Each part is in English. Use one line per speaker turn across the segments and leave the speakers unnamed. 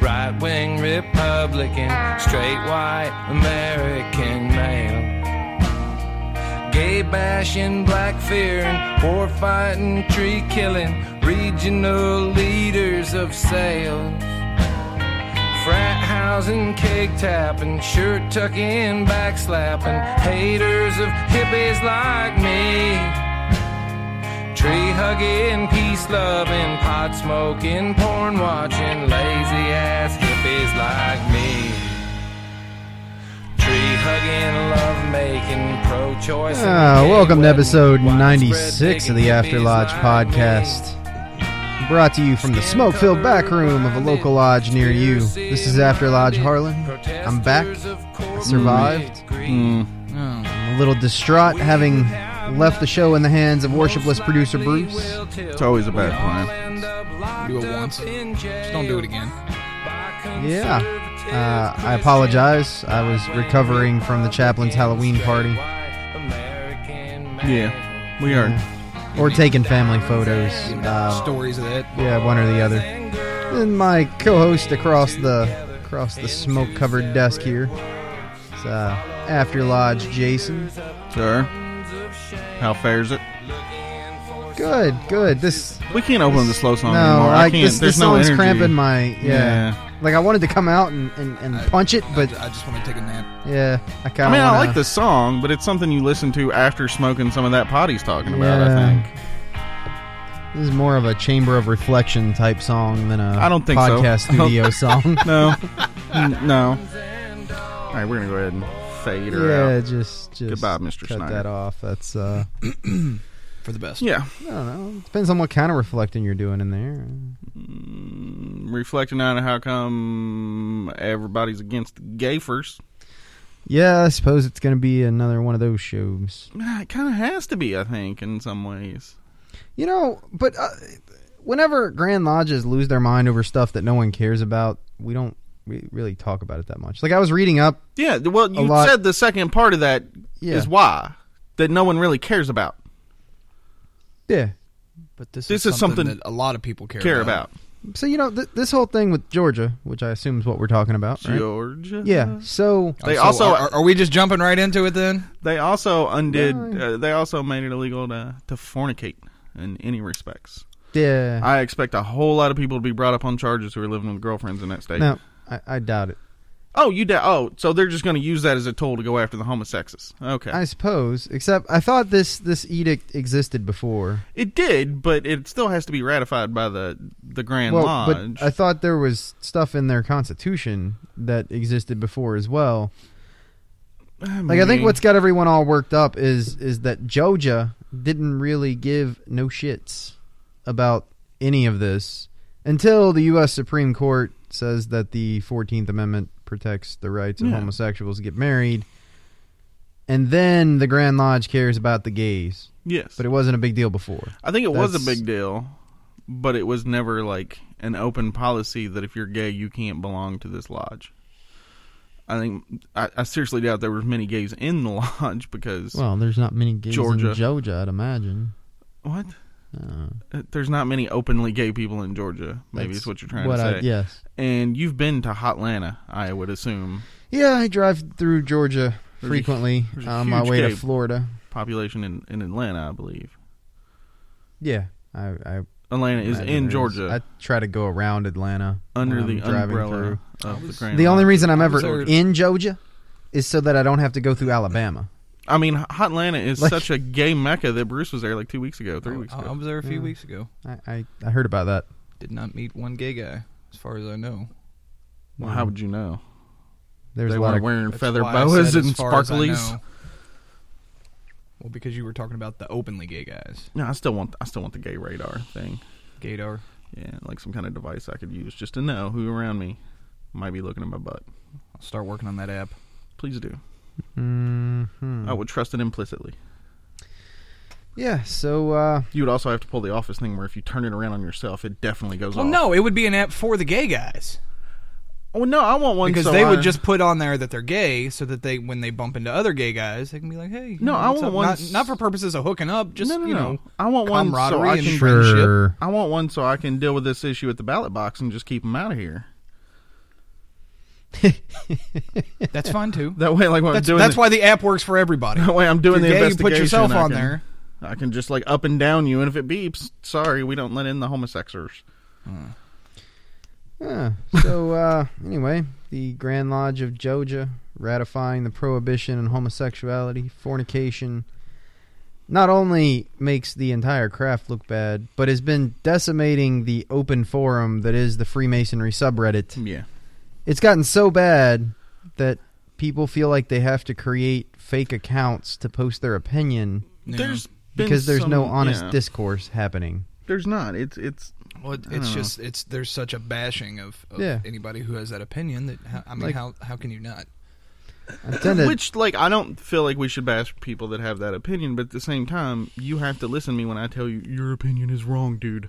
right wing Republican, straight white American male. Gay bashing, black fearing, war fighting, tree killing, regional leaders of sales. Frat housing, cake tapping, shirt tucking, back slapping, haters of hippies like me. Tree hugging, peace loving, pot smoking, porn watching, lazy ass hippies like me. Tree hugging, love making, pro choice.
Ah, welcome to episode 96 of the After Lodge podcast. Brought to you from the smoke filled back room of a local lodge near you. This is After Lodge Harlan. I'm back. I survived. I'm a little distraught having left the show in the hands of worshipless producer Bruce.
It's
always a bad plan.
Do it once. Just
Don't do it again.
Yeah. Uh, I apologize. I was recovering from the chaplain's Halloween party
Yeah, we are.
or taking family photos. Uh,
Stories of that.
Yeah, one or the other. And my co-host across the across the smoke-covered desk here. It's uh, After Lodge Jason.
Sir, how fares it?
Good, good. This
We can't open the slow song
no,
anymore. I
like
can't.
this,
There's
this
no
song's
energy.
cramping my yeah.
Yeah.
Like I wanted to come out and, and, and punch it, but
I, I just want to take a nap.
yeah, I kind of.
I mean,
wanna,
I like the song, but it's something you listen to after smoking some of that pot he's talking about.
Yeah.
I think.
This is more of a chamber of reflection type song than a
I don't think so.
podcast
I don't-
studio song.
No, N- no. All right, we're gonna go ahead and fade her
yeah,
out.
just just
Goodbye, Mr.
Cut
Snyder.
that off. That's uh,
For the best.
Yeah,
I don't know. Depends on what kind of reflecting you're doing in there.
reflecting on how come everybody's against the gayfers.
Yeah, I suppose it's going to be another one of those shows.
It kind of has to be, I think, in some ways.
You know, but uh, whenever Grand Lodges lose their mind over stuff that no one cares about, we don't re- really talk about it that much. Like I was reading up.
Yeah, th- well, you
lot-
said the second part of that
Yeah.
is why that no one really cares about.
Yeah.
But this,
This
is,
is
something
something
that a lot of people care,
Care about
So you know th- this whole thing with Georgia, which I assume is what we're talking about, right?
Georgia.
Yeah. So
They
So
also
are, are we just jumping right into it then?
they also undid. Uh, they also made it illegal to to fornicate in any respects.
yeah.
I expect a whole lot of people to be brought up on charges who are living with girlfriends in that state.
no, I, I doubt it.
Oh, you da- oh, so they're just going to use that as a tool to go after the homosexes. Okay,
I suppose. Except I thought this this edict existed before.
it did, but it still has to be ratified by the the Grand
well,
Lodge.
but I thought there was stuff in their constitution that existed before as well. Like I think
mean,
what's got everyone all worked up is is that Georgia didn't really give no shits about any of this until the U.S. Supreme Court says that the Fourteenth Amendment protects the rights of
Yeah.
homosexuals to get married, and then the Grand Lodge cares about the gays.
yes,
But it wasn't a big deal before.
I think it was a
That's-
big deal, but it was never like an open policy that if you're gay, you can't belong to this lodge. I think I, I seriously doubt there were many gays in the lodge because
Well, there's not many gays
Georgia.
in Georgia, I'd imagine.
what?
Uh,
Uh, There's not many openly gay people in Georgia. Maybe
that's
is what you're trying
what
to say.
I, yes.
And you've been to Hotlanta, I would assume.
Yeah, I drive through Georgia
There's a-
frequently
there's a
on my
huge
way
gay-
to Florida.
Population in, in Atlanta, I believe.
Yeah, I, I
Atlanta is
imagine
in
there
Georgia
I try to go around Atlanta
under
when I'm
the
driving
umbrella
through.
of the Grand
The only
Lodge.
reason I'm
I
ever
was there-
in Georgia is so that I don't have to go through Alabama.
I mean, Hot Atlanta is
Like-
such a gay mecca that Bruce was there like two weeks ago, three weeks
I,
ago.
I was there a few
Yeah.
weeks ago.
I, I, I heard about that.
Did not meet one gay guy, as far as I know.
well, how would you know?
There was
They
a lot
were
of
wearing
That's
feather
why I
boas
said as
and
far as I
sparklies.
know. Well, because you were talking about the openly gay guys,
No, I still want I still want the gay radar thing.
Gator.
Yeah, like some kind of device I could use just to know who around me might be looking at my butt.
I'll start working on that app.
Please do.
Mm-hmm.
Mhm.
I would trust it implicitly.
Yeah, so uh,
You would also have to pull the office thing where if you turn it around on yourself, it definitely goes
Well,
off.
no, it would be an app for the gay guys
Oh no, I want one
because
so
they
I-
would just put on there that they're gay, so that they when they bump into other gay guys, they can be like, "Hey, you
No,
know,
I
what's
want
up?
one
Not,
s-
not for purposes of hooking up, just
no, no,
you
no.
know,
I want one so
camaraderie
I
and
can
friendship.
sure.
I want one so I can deal with this issue at the ballot box and just keep them out of here.
That's fine too.
That way, like when
That's,
I'm doing
that's
the,
why the app works for everybody.
that way I'm doing
If
the
you're gay, you
investigation.
put yourself
I
on
can-
there.
I can just like up and down you, and if it beeps, sorry, we don't let in the homosexers.
yeah, so uh, anyway, the Grand Lodge of Georgia ratifying the prohibition on homosexuality, fornication, not only makes the entire craft look bad, but has been decimating the open forum that is the Freemasonry subreddit.
Yeah,
it's gotten so bad that people feel like they have to create fake accounts to post their opinion
Yeah.
there's been
because there's no
some-
honest
yeah.
discourse happening.
There's not. It's it's
Well, it,
I
it's
don't know.
just it's there's such a bashing of, of
Yeah.
anybody who has that opinion that how, I mean
Like-
how how can you not?
Intended,
Which, like, I don't feel like we should bash people that have that opinion, but at the same time, you have to listen to me when I tell you your opinion is wrong, dude.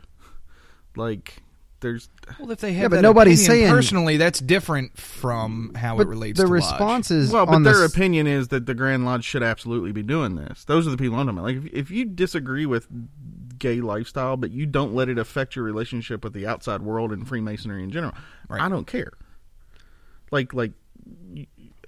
Like, there's
Well, if they have
but
that
nobody's
opinion
saying-
personally that's different from how
but
it relates.
the
to Lodge.
responses
well, but
on the
their
s-
opinion is that the Grand Lodge should absolutely be doing this. Those are the people I'm talking about. Like, if, if you disagree with gay lifestyle, but you don't let it affect your relationship with the outside world and Freemasonry in general,
Right.
I don't care. Like, like,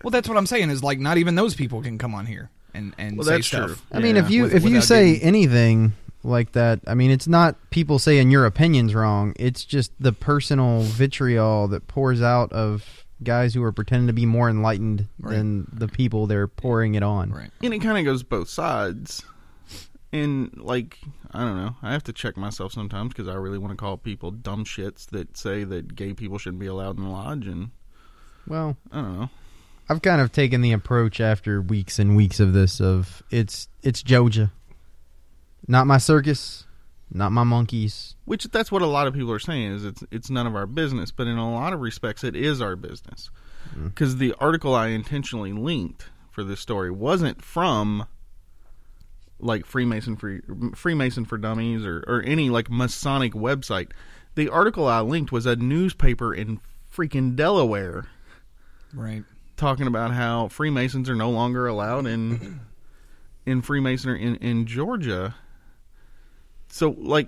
Well, that's what I'm saying is like not even those people can come on here and and
well,
say
that's
stuff.
true.
I mean, if
Yeah.
you
with-
if you
without
say
getting-
anything like that, I mean, it's not people saying your opinion's wrong. It's just the personal vitriol that pours out of guys who are pretending to be more enlightened
Right.
than the people they're pouring it on.
Right.
and it kind of goes both sides. And like I don't know, I have to check myself sometimes because I really want to call people dumb shits that say that gay people shouldn't be allowed in the lodge, and
Well,
I don't know.
I've kind of taken the approach after weeks and weeks of this of it's it's Joja. Not my circus, not my monkeys.
Which that's what a lot of people are saying is it's it's none of our business, but in a lot of respects it is our business because the article I intentionally linked for this story wasn't from like Freemason for Freemason for Dummies or or any like Masonic website. The article I linked was a newspaper in freaking Delaware
Right.
talking about how Freemasons are no longer allowed in in Freemasonry in, in Georgia. So like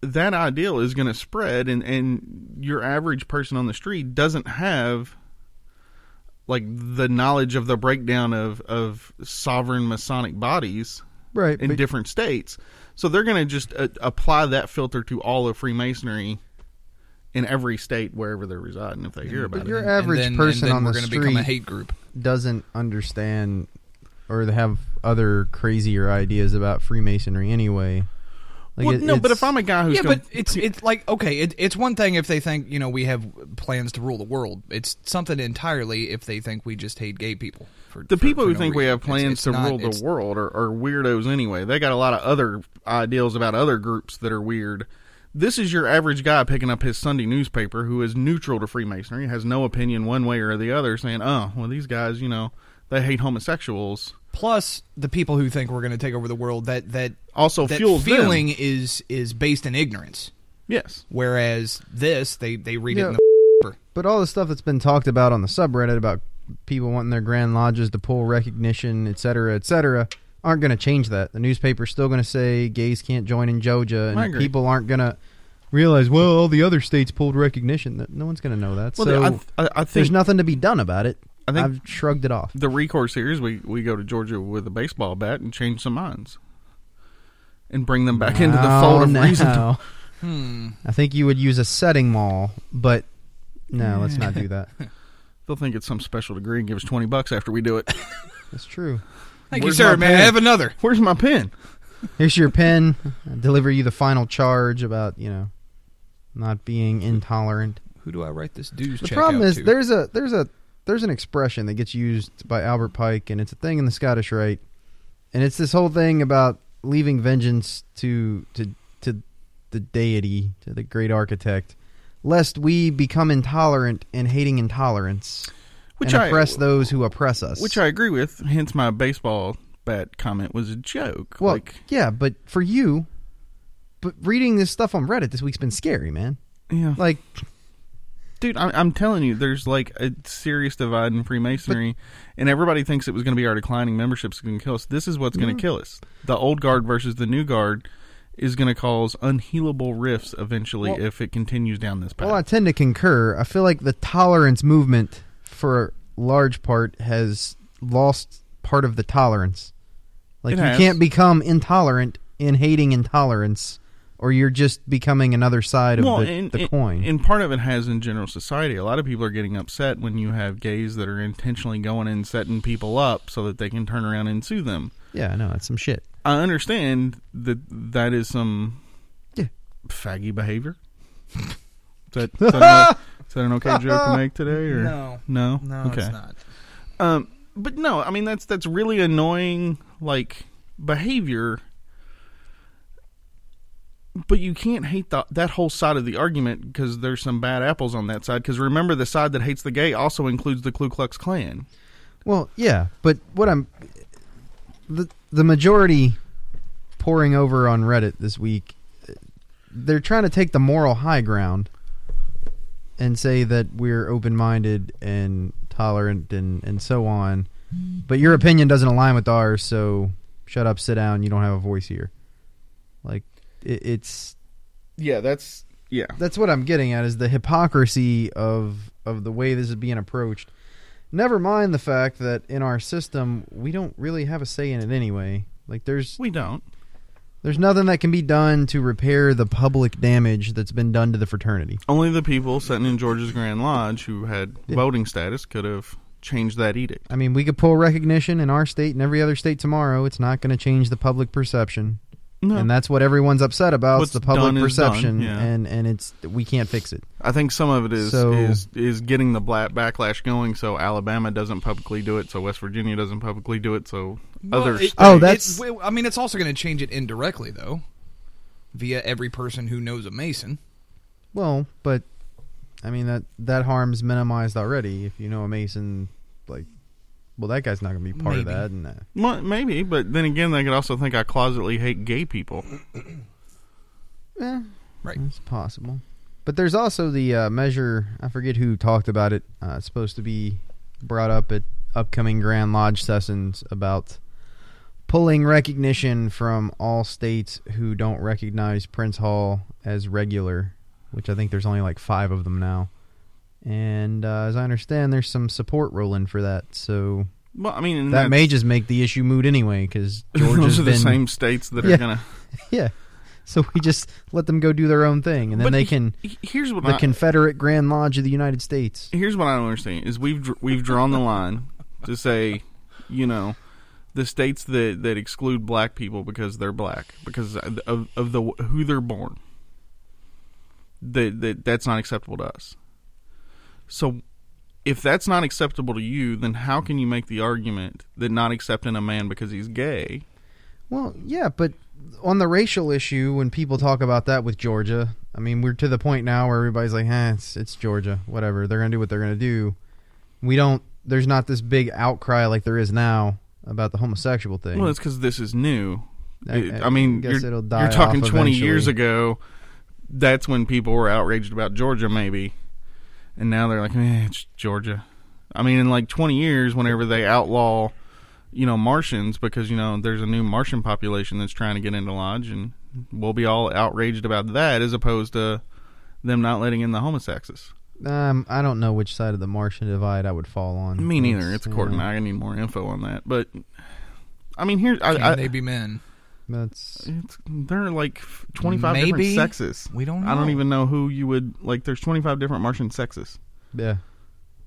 that ideal is going to spread and and your average person on the street doesn't have like the knowledge of the breakdown of of sovereign masonic bodies
Right.
in different states. So they're going to just uh, apply that filter to all of Freemasonry in every state wherever they're residing if they hear about
But
it.
your
And
average
then- and
person
then
on
we're
the
gonna become a
street
hate group.
doesn't understand or they have other crazier ideas about Freemasonry anyway. Like
well,
it-
no, but
it's-
if I'm a guy who's
yeah,
gonna-
but it's it's like okay, it, it's one thing if they think you know we have plans to rule the world. It's something entirely if they think we just hate gay people. For,
the
for-
people
for
who
no
think we
reason.
have
It's-
plans
it's
to
not-
rule
it's-
the world are, are weirdos anyway. They got a lot of other ideals about other groups that are weird. This is your average guy picking up his Sunday newspaper who is neutral to Freemasonry, has no opinion one way or the other, saying, "Oh, well, these guys, you know, they hate homosexuals."
Plus, the people who think we're going to take over the world that that
Also
that
fuels them.
feeling is is based in ignorance.
Yes,
Whereas this, they they read
Yeah.
it in the
But all the stuff that's been talked about on the subreddit about people wanting their grand lodges to pull recognition, et cetera, et cetera, aren't going to change that. The newspaper's still going to say gays can't join in Georgia,
I
and
agree.
people aren't going to realize, well, all the other states pulled recognition. That no one's going to know that.
well,
so
the- I, I, I
there's
think
nothing to be done about it.
I think-
I've shrugged it off.
the recourse here is we we go to Georgia with a baseball bat and change some minds, and bring them back into the
Now,
fold of
now.
reason.
hmm.
Oh, I think you would use a setting mall, but no, let's not do that.
They'll think it's some special degree and give us twenty bucks after we do it.
That's true.
Thank
Where's
you,
my
sir. May I
pen?
have another?
Where's my pen?
Here's your pen. I deliver you the final charge about you know not being intolerant.
Who do I write this dues
The
check
problem
out
is
to?
there's a there's a there's an expression that gets used by Albert Pike, and it's a thing in the Scottish rite, and it's this whole thing about leaving vengeance to to to the deity, to the great architect, lest we become intolerant and hating intolerance,
Which
and
I
oppress those who oppress us.
which I agree with. Hence, my baseball bat comment was a joke.
well,
like,
yeah, but for you, but reading this stuff on Reddit this week's been scary, man.
yeah,
Like,
dude, I, I'm telling you, there's like a serious divide in Freemasonry, and everybody thinks it was going to be our declining memberships going to kill us. This is what's
Mm-hmm.
going to kill us: the old guard versus the new guard is going to cause unhealable rifts eventually
Well-
if it continues down this path.
Well, I tend to concur. I feel like the tolerance movement, for a large part, has lost part of the tolerance. Like
It
you
has.
can't become intolerant in hating intolerance, or you're just becoming another side of the,
and-
the
and-
coin.
And part of it has in general society. A lot of people are getting upset when you have gays that are intentionally going and setting people up so that they can turn around and sue them.
yeah, I know it's some shit.
I understand that that is some
Yeah.
faggy behavior. Is that, is, that an, is that an okay joke to make today? Or
No.
no,
no,
okay.
it's not.
Um, but no, I mean that's that's really annoying like behavior. But you can't hate the, that whole side of the argument because there's some bad apples on that side. Because remember, the side that hates the gay also includes the Ku Klux Klan.
Well, yeah, but what I'm the the majority pouring over on Reddit this week, they're trying to take the moral high ground and say that we're open minded and tolerant and and so on. But your opinion doesn't align with ours, so shut up, sit down. You don't have a voice here. Like it, it's
Yeah, that's yeah.
that's what I'm getting at is the hypocrisy of of the way this is being approached. Never mind the fact that in our system we don't really have a say in it anyway. Like there's
We don't.
there's nothing that can be done to repair the public damage that's been done to the fraternity.
Only the people sitting in George's Grand Lodge who had
Yeah.
voting status could have changed that edict.
I mean, we could pull recognition in our state and every other state tomorrow. It's not going to change the public perception,
No,
and that's what everyone's upset about. is
What's
the public
done is done,
perception,
yeah.
and and it's we can't fix it.
I think some of it is
So-
is is getting the black backlash going. So Alabama doesn't publicly do it. So West Virginia doesn't publicly do it. So
Well,
others.
it-
Oh,
it-
that's-
well, I mean, it's also going to change it indirectly though, via every person who knows a Mason.
Well, but I mean that that harm's minimized already. If you know a Mason, like, well, that guy's not going to be part of
Maybe.
that. And uh, that.
Well, maybe, but then again, they could also think I closetly hate gay people.
Eh,
Right.
it's possible. But there's also the uh, measure. I forget who talked about it. Uh, it's supposed to be brought up at upcoming Grand Lodge sessions about pulling recognition from all states who don't recognize Prince Hall as regular, which I think there's only like five of them now. And uh, as I understand, there's some support rolling for that. So
Well, I mean, and
that
that's-
may just make the issue moot anyway because Georgia's
those are
been
the same states that
Yeah.
are gonna.
yeah. So we just let them go do their own thing, and then
But
they
he-
can
he- Here's what
the
I,
Confederate Grand Lodge of the United States.
here's what I don't understand is we've dr- we've drawn the line to say, you know, the states that that exclude black people because they're black because of of the who they're born. That that that's not acceptable to us. So, if that's not acceptable to you, then how can you make the argument that not accepting a man because he's gay?
Well, yeah, but on the racial issue, when people talk about that with Georgia, I mean, we're to the point now where everybody's like, "Eh, it's, it's Georgia, whatever. They're gonna do what they're gonna do." We don't. There's not this big outcry like there is now about the homosexual thing.
Well, it's because this is new.
I-
It-
I
I, mean,
guess
you're,
it'll
you're
die
talking
off
20 years
eventually.
ago. That's when people were outraged about Georgia, maybe, and now they're like, eh, it's Georgia. I mean, in like 20 years, whenever they outlaw, you know, Martians because you know there's a new Martian population that's trying to get into lodge, and we'll be all outraged about that as opposed to them not letting in the homosexes.
um, I don't know which side of the Martian divide I would fall on.
Me neither. It's a
yeah,
court, and I need more info on that. But I mean, here,
Can
I, I,
they be men?
That's
It's, there are like f- 25
Maybe.
different sexes.
We don't
I don't
know.
even know who you would like. There's 25 different Martian sexes.
yeah.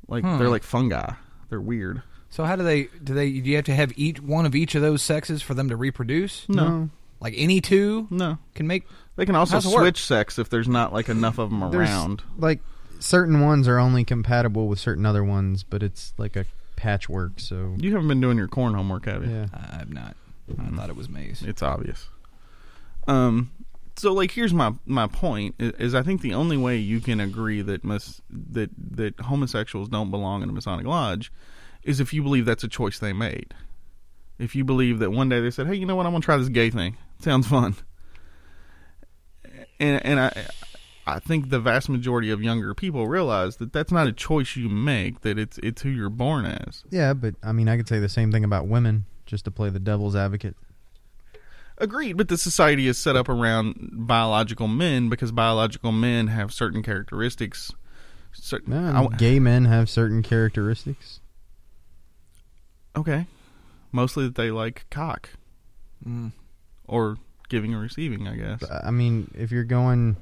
Like
Hmm.
they're like fungi. They're weird.
So how do they do they do you have to have each one of each of those sexes for them to reproduce?
Um,
No,
Like any two
Mm.
no.
can make
They can also
How's it work?
switch sex if there's not like enough of them
There's
around.
like certain ones are only compatible with certain other ones, but it's like a patchwork. So
You haven't been doing your corn homework, have you?
yeah,
I'm not. I thought it was maize.
It's obvious. Um, so like, here's my my point is, is I think the only way you can agree that mis- that that homosexuals don't belong in a Masonic lodge is if you believe that's a choice they made. If you believe that one day they said, "Hey, you know what? I'm gonna try this gay thing. Sounds fun." And and I. I think the vast majority of younger people realize that that's not a choice you make; that it's it's who you're born as.
yeah. But I mean, I could say the same thing about women, just to play the devil's advocate.
Agreed, but the society is set up around biological men because biological men have certain characteristics. Certain,
No, I mean,
I w-
gay men have certain characteristics.
okay, mostly that they like cock
Mm.
or giving or receiving, I guess.
But, I mean, if you're going,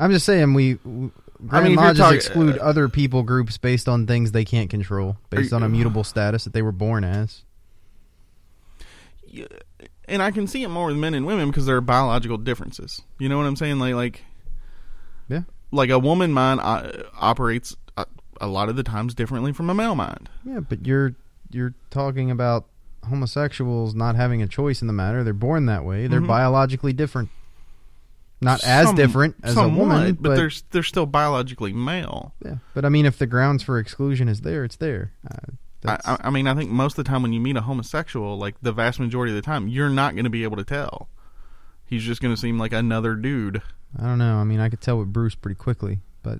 I'm just saying we. w Grand
mean, if you're
lodges
talking-
exclude
uh,
other people groups based on things they can't control, based
you-
on immutable status that they were born as.
and I can see it more with men and women because there are biological differences. You know what I'm saying? Like, like,
Yeah.
like a woman mind uh, operates a, a lot of the times differently from a male mind.
Yeah, but you're you're talking about homosexuals not having a choice in the matter. They're born that way. They're
Mhm.
biologically different. Not as
Some-
different as a woman,
but, they're s- they're still biologically male.
yeah. But I mean, if the grounds for exclusion is there, it's there. Uh,
I,
that's,
I I mean, I think most of the time when you meet a homosexual, like the vast majority of the time, you're not going to be able to tell. He's just going to seem like another dude.
I don't know. I mean, I could tell with Bruce pretty quickly, but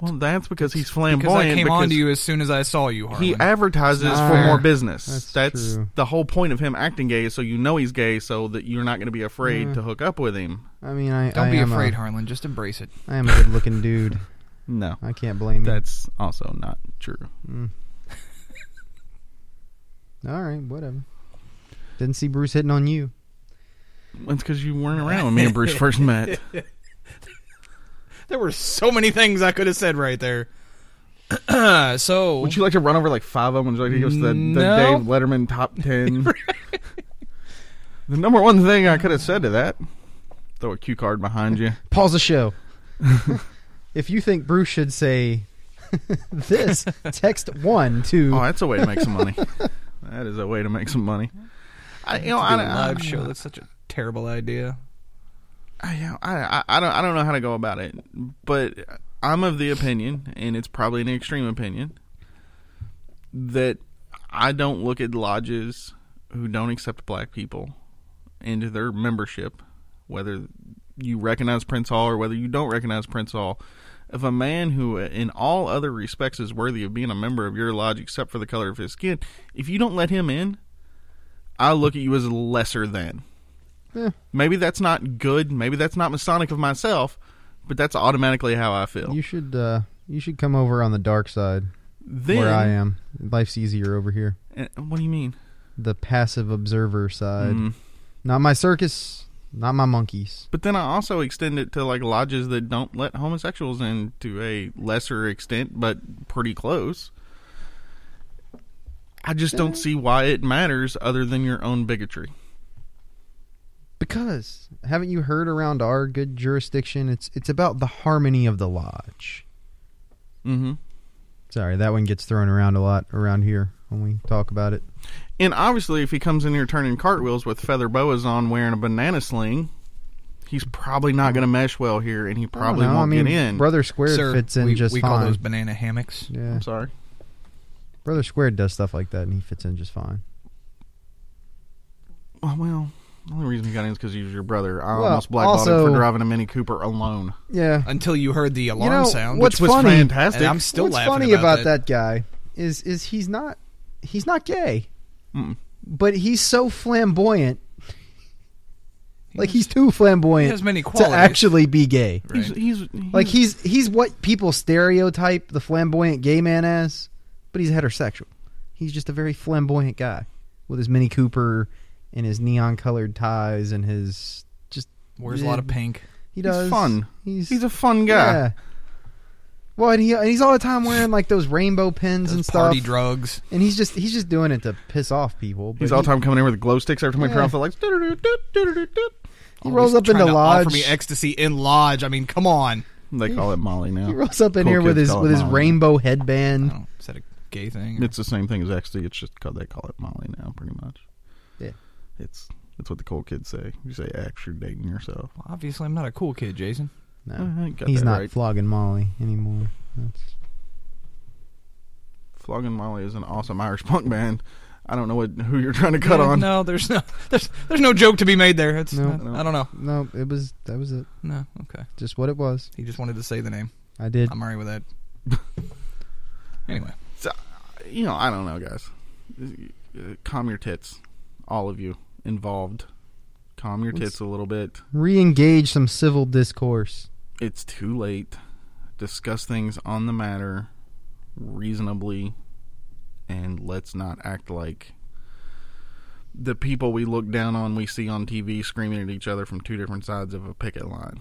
Well, that's because he's
Because I
flamboyant.
came on to
because
you as soon as I saw you, Harlan.
He advertises
That's
for
fair.
more business.
That's
That's,
true.
the whole point of him acting gay, is so you know he's gay, so that you're not going to be afraid
Yeah.
to hook up with him.
I mean, I
Don't
I
be
am
afraid,
A,
Harlan. Just embrace it.
I am a good-looking dude.
No,
I can't blame you.
that's also not true.
All right, whatever. Didn't see Bruce hitting on you.
That's because you weren't around when me and Bruce first met.
There were so many things I could have said right there. so
Would you like to run over like five of them? Would you like to give us the, the
No.
Dave Letterman top ten? the number one thing I could have said to that. Throw a cue card behind you.
Pause the show. if you think Bruce should say this, text one to
Oh, that's a way to make some money. That is a way to make some money. I, you know,
do
I,
a
don't- I,
live show? That's such a terrible idea.
I, you know, I, I, I don't, I don't know how to go about it, but I'm of the opinion, and it's probably an extreme opinion, that I don't look at lodges who don't accept black people into their membership, whether you recognize Prince Hall or whether you don't recognize Prince Hall. If a man who, in all other respects, is worthy of being a member of your lodge except for the color of his skin, if you don't let him in, I look at you as lesser than.
Yeah.
Maybe that's not good. Maybe that's not Masonic of myself, but that's automatically how I feel.
You should uh, you should come over on the dark side
then,
where I am. Life's easier over here.
Eh, What do you mean?
The passive observer side.
Mm.
Not my circus, not my monkeys.
But then I also extend it to like lodges that don't let homosexuals in to a lesser extent, but pretty close. I just don't see why it matters other than your own bigotry.
Because haven't you heard around our good jurisdiction it's it's about the harmony of the lodge.
hmm
Sorry, that one gets thrown around a lot around here when we talk about it.
And obviously, if he comes in here turning cartwheels with feather boas on, wearing a banana sling, he's probably not going to mesh well here, and he
I don't
probably
know,
won't
I mean,
get in.
Brother Squared
Sir,
fits in
we,
just
we
fine.
call those banana hammocks.
yeah,
I'm sorry.
Brother Squared does stuff like that, and he fits in just fine.
Oh, well, the only reason he got in is because he was your brother. I
Well,
almost blackballed him
also-
for driving a Mini Cooper alone.
Yeah,
Until you heard the alarm
know,
sound,
what's
which was
funny-
Fantastic.
And I'm still
What's
laughing
funny
about,
about that. guy is is he's not he's not gay,
Mm.
but he's so flamboyant. Like he's too flamboyant
He has many
to
qualities.
actually be gay.
Right.
He's, he's, he's
Like he's he's what people stereotype the flamboyant gay man as, but he's heterosexual. He's just a very flamboyant guy with his Mini Cooper and his neon colored ties and his just
Wears a lot of pink.
he
He's
does
fun.
He's
he's a fun guy.
yeah. Well, and he, and he's all the time wearing like those rainbow pins and
Those
stuff,
party drugs.
and he's just he's just doing it to piss off people. but
He's all
he-
the time coming in with glow sticks every time we turn
Yeah.
off the lights. They
He rolls
Always
up into
trying to
lodge.
Offer me ecstasy in lodge. I mean, come on.
call it Molly now.
He rolls up in
Cool
here with
kids
his
Oh, call it
with his
Molly.
rainbow
I
headband.
don't know, Oh, is that a gay thing?
It's the same thing as ecstasy. It's just called they call it Molly now, pretty much.
Yeah.
It's it's what the cool kids say. You say X, you're dating yourself.
Well, obviously, I'm not a cool kid, Jason.
No,
I got
he's
that
not
right.
flogging Molly anymore. That's-
Flogging Molly is an awesome Irish punk band. I don't know what who you're trying to cut
Yeah,
on.
No, there's no, there's, there's no joke to be made there. It's
No.
not- I don't know.
no, it was that was it.
No, okay.
Just what it was.
He just wanted to say the name.
I did.
I'm alright with that. anyway,
You know, I don't know, guys. Uh, Calm your tits, all of you involved. Calm your tits a little bit.
Re-engage some civil discourse.
It's too late. Discuss things on the matter reasonably, and let's not act like the people we look down on, we see on TV screaming at each other from two different sides of a picket line.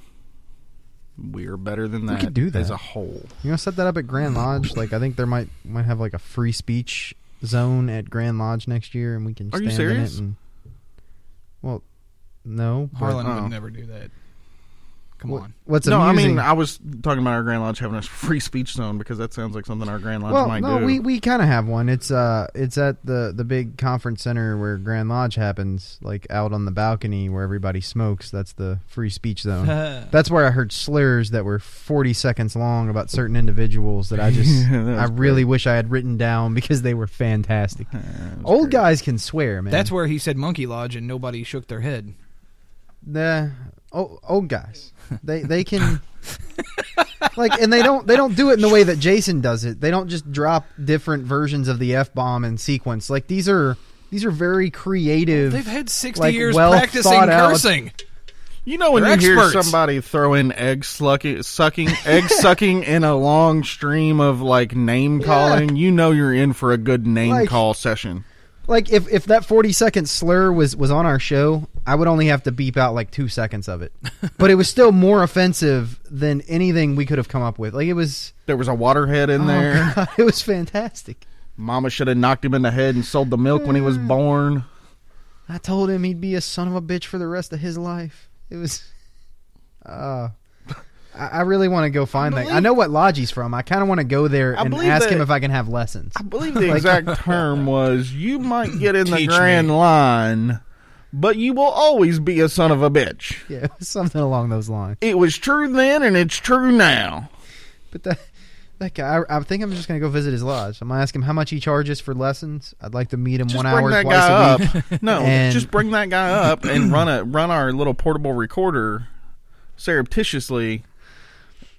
We are better than that,
could do
as
that.
a whole.
You gonna set that up at Grand Lodge? Like I think there might might have like a free speech zone at Grand Lodge next year, and we can.
Are
stand
you serious?
In it and, well, no. but- uh,
Harlan
Oh.
would never do that. Come
Wha-
on.
What's
no, I
amusing?
mean, I was talking about our Grand Lodge having a free speech zone because that sounds like something our Grand Lodge
well,
might
no,
do.
we, we kind of have one. It's uh, it's at the the big conference center where Grand Lodge happens, like out on the balcony where everybody smokes. That's the free speech
Uh,
zone. That's where I heard slurs that were forty seconds long about certain individuals that I just
Yeah, that
I
was
really wish I had written down because they were fantastic. Old guys can swear, man.
That's where he said Monkey Lodge and nobody shook their head.
Nah, old, old guys. They they can like, and they don't they don't do it in the way that Jason does it. They don't just drop different versions of the f bomb in sequence. Like these are these are very creative.
They've had 60
like,
years
well
practicing
thought out-
cursing.
You know when
They're
you hear
experts.
somebody throwing egg slucky, sucking, egg sucking in a long stream of like name calling, you know you're in for a good name
Like-
call session.
Like if if that forty second slur was was on our show, I would only have to beep out like two seconds of it. but it was still more offensive than anything we could have come up with. Like it was
There was a waterhead in there.
it was fantastic.
Mama should have knocked him in the head and sold the milk when he was born.
I told him he'd be a son of a bitch for the rest of his life. It was, uh, I, I really want to go find that. I know what lodge he's from. I kind of want to go there
I
and
believe
ask
that-
him if I can have lessons.
I believe the exact term was you might get in the grand line, but you will always be a son of a bitch.
yeah, it was something along those lines.
It was true then and it's true now.
But that that guy, I, I think I'm just gonna go visit his lodge. I'm gonna ask him how much he charges for lessons. I'd like to meet him one hour twice a week.
up. No,
And-
just bring that guy up and run a run our little portable recorder surreptitiously,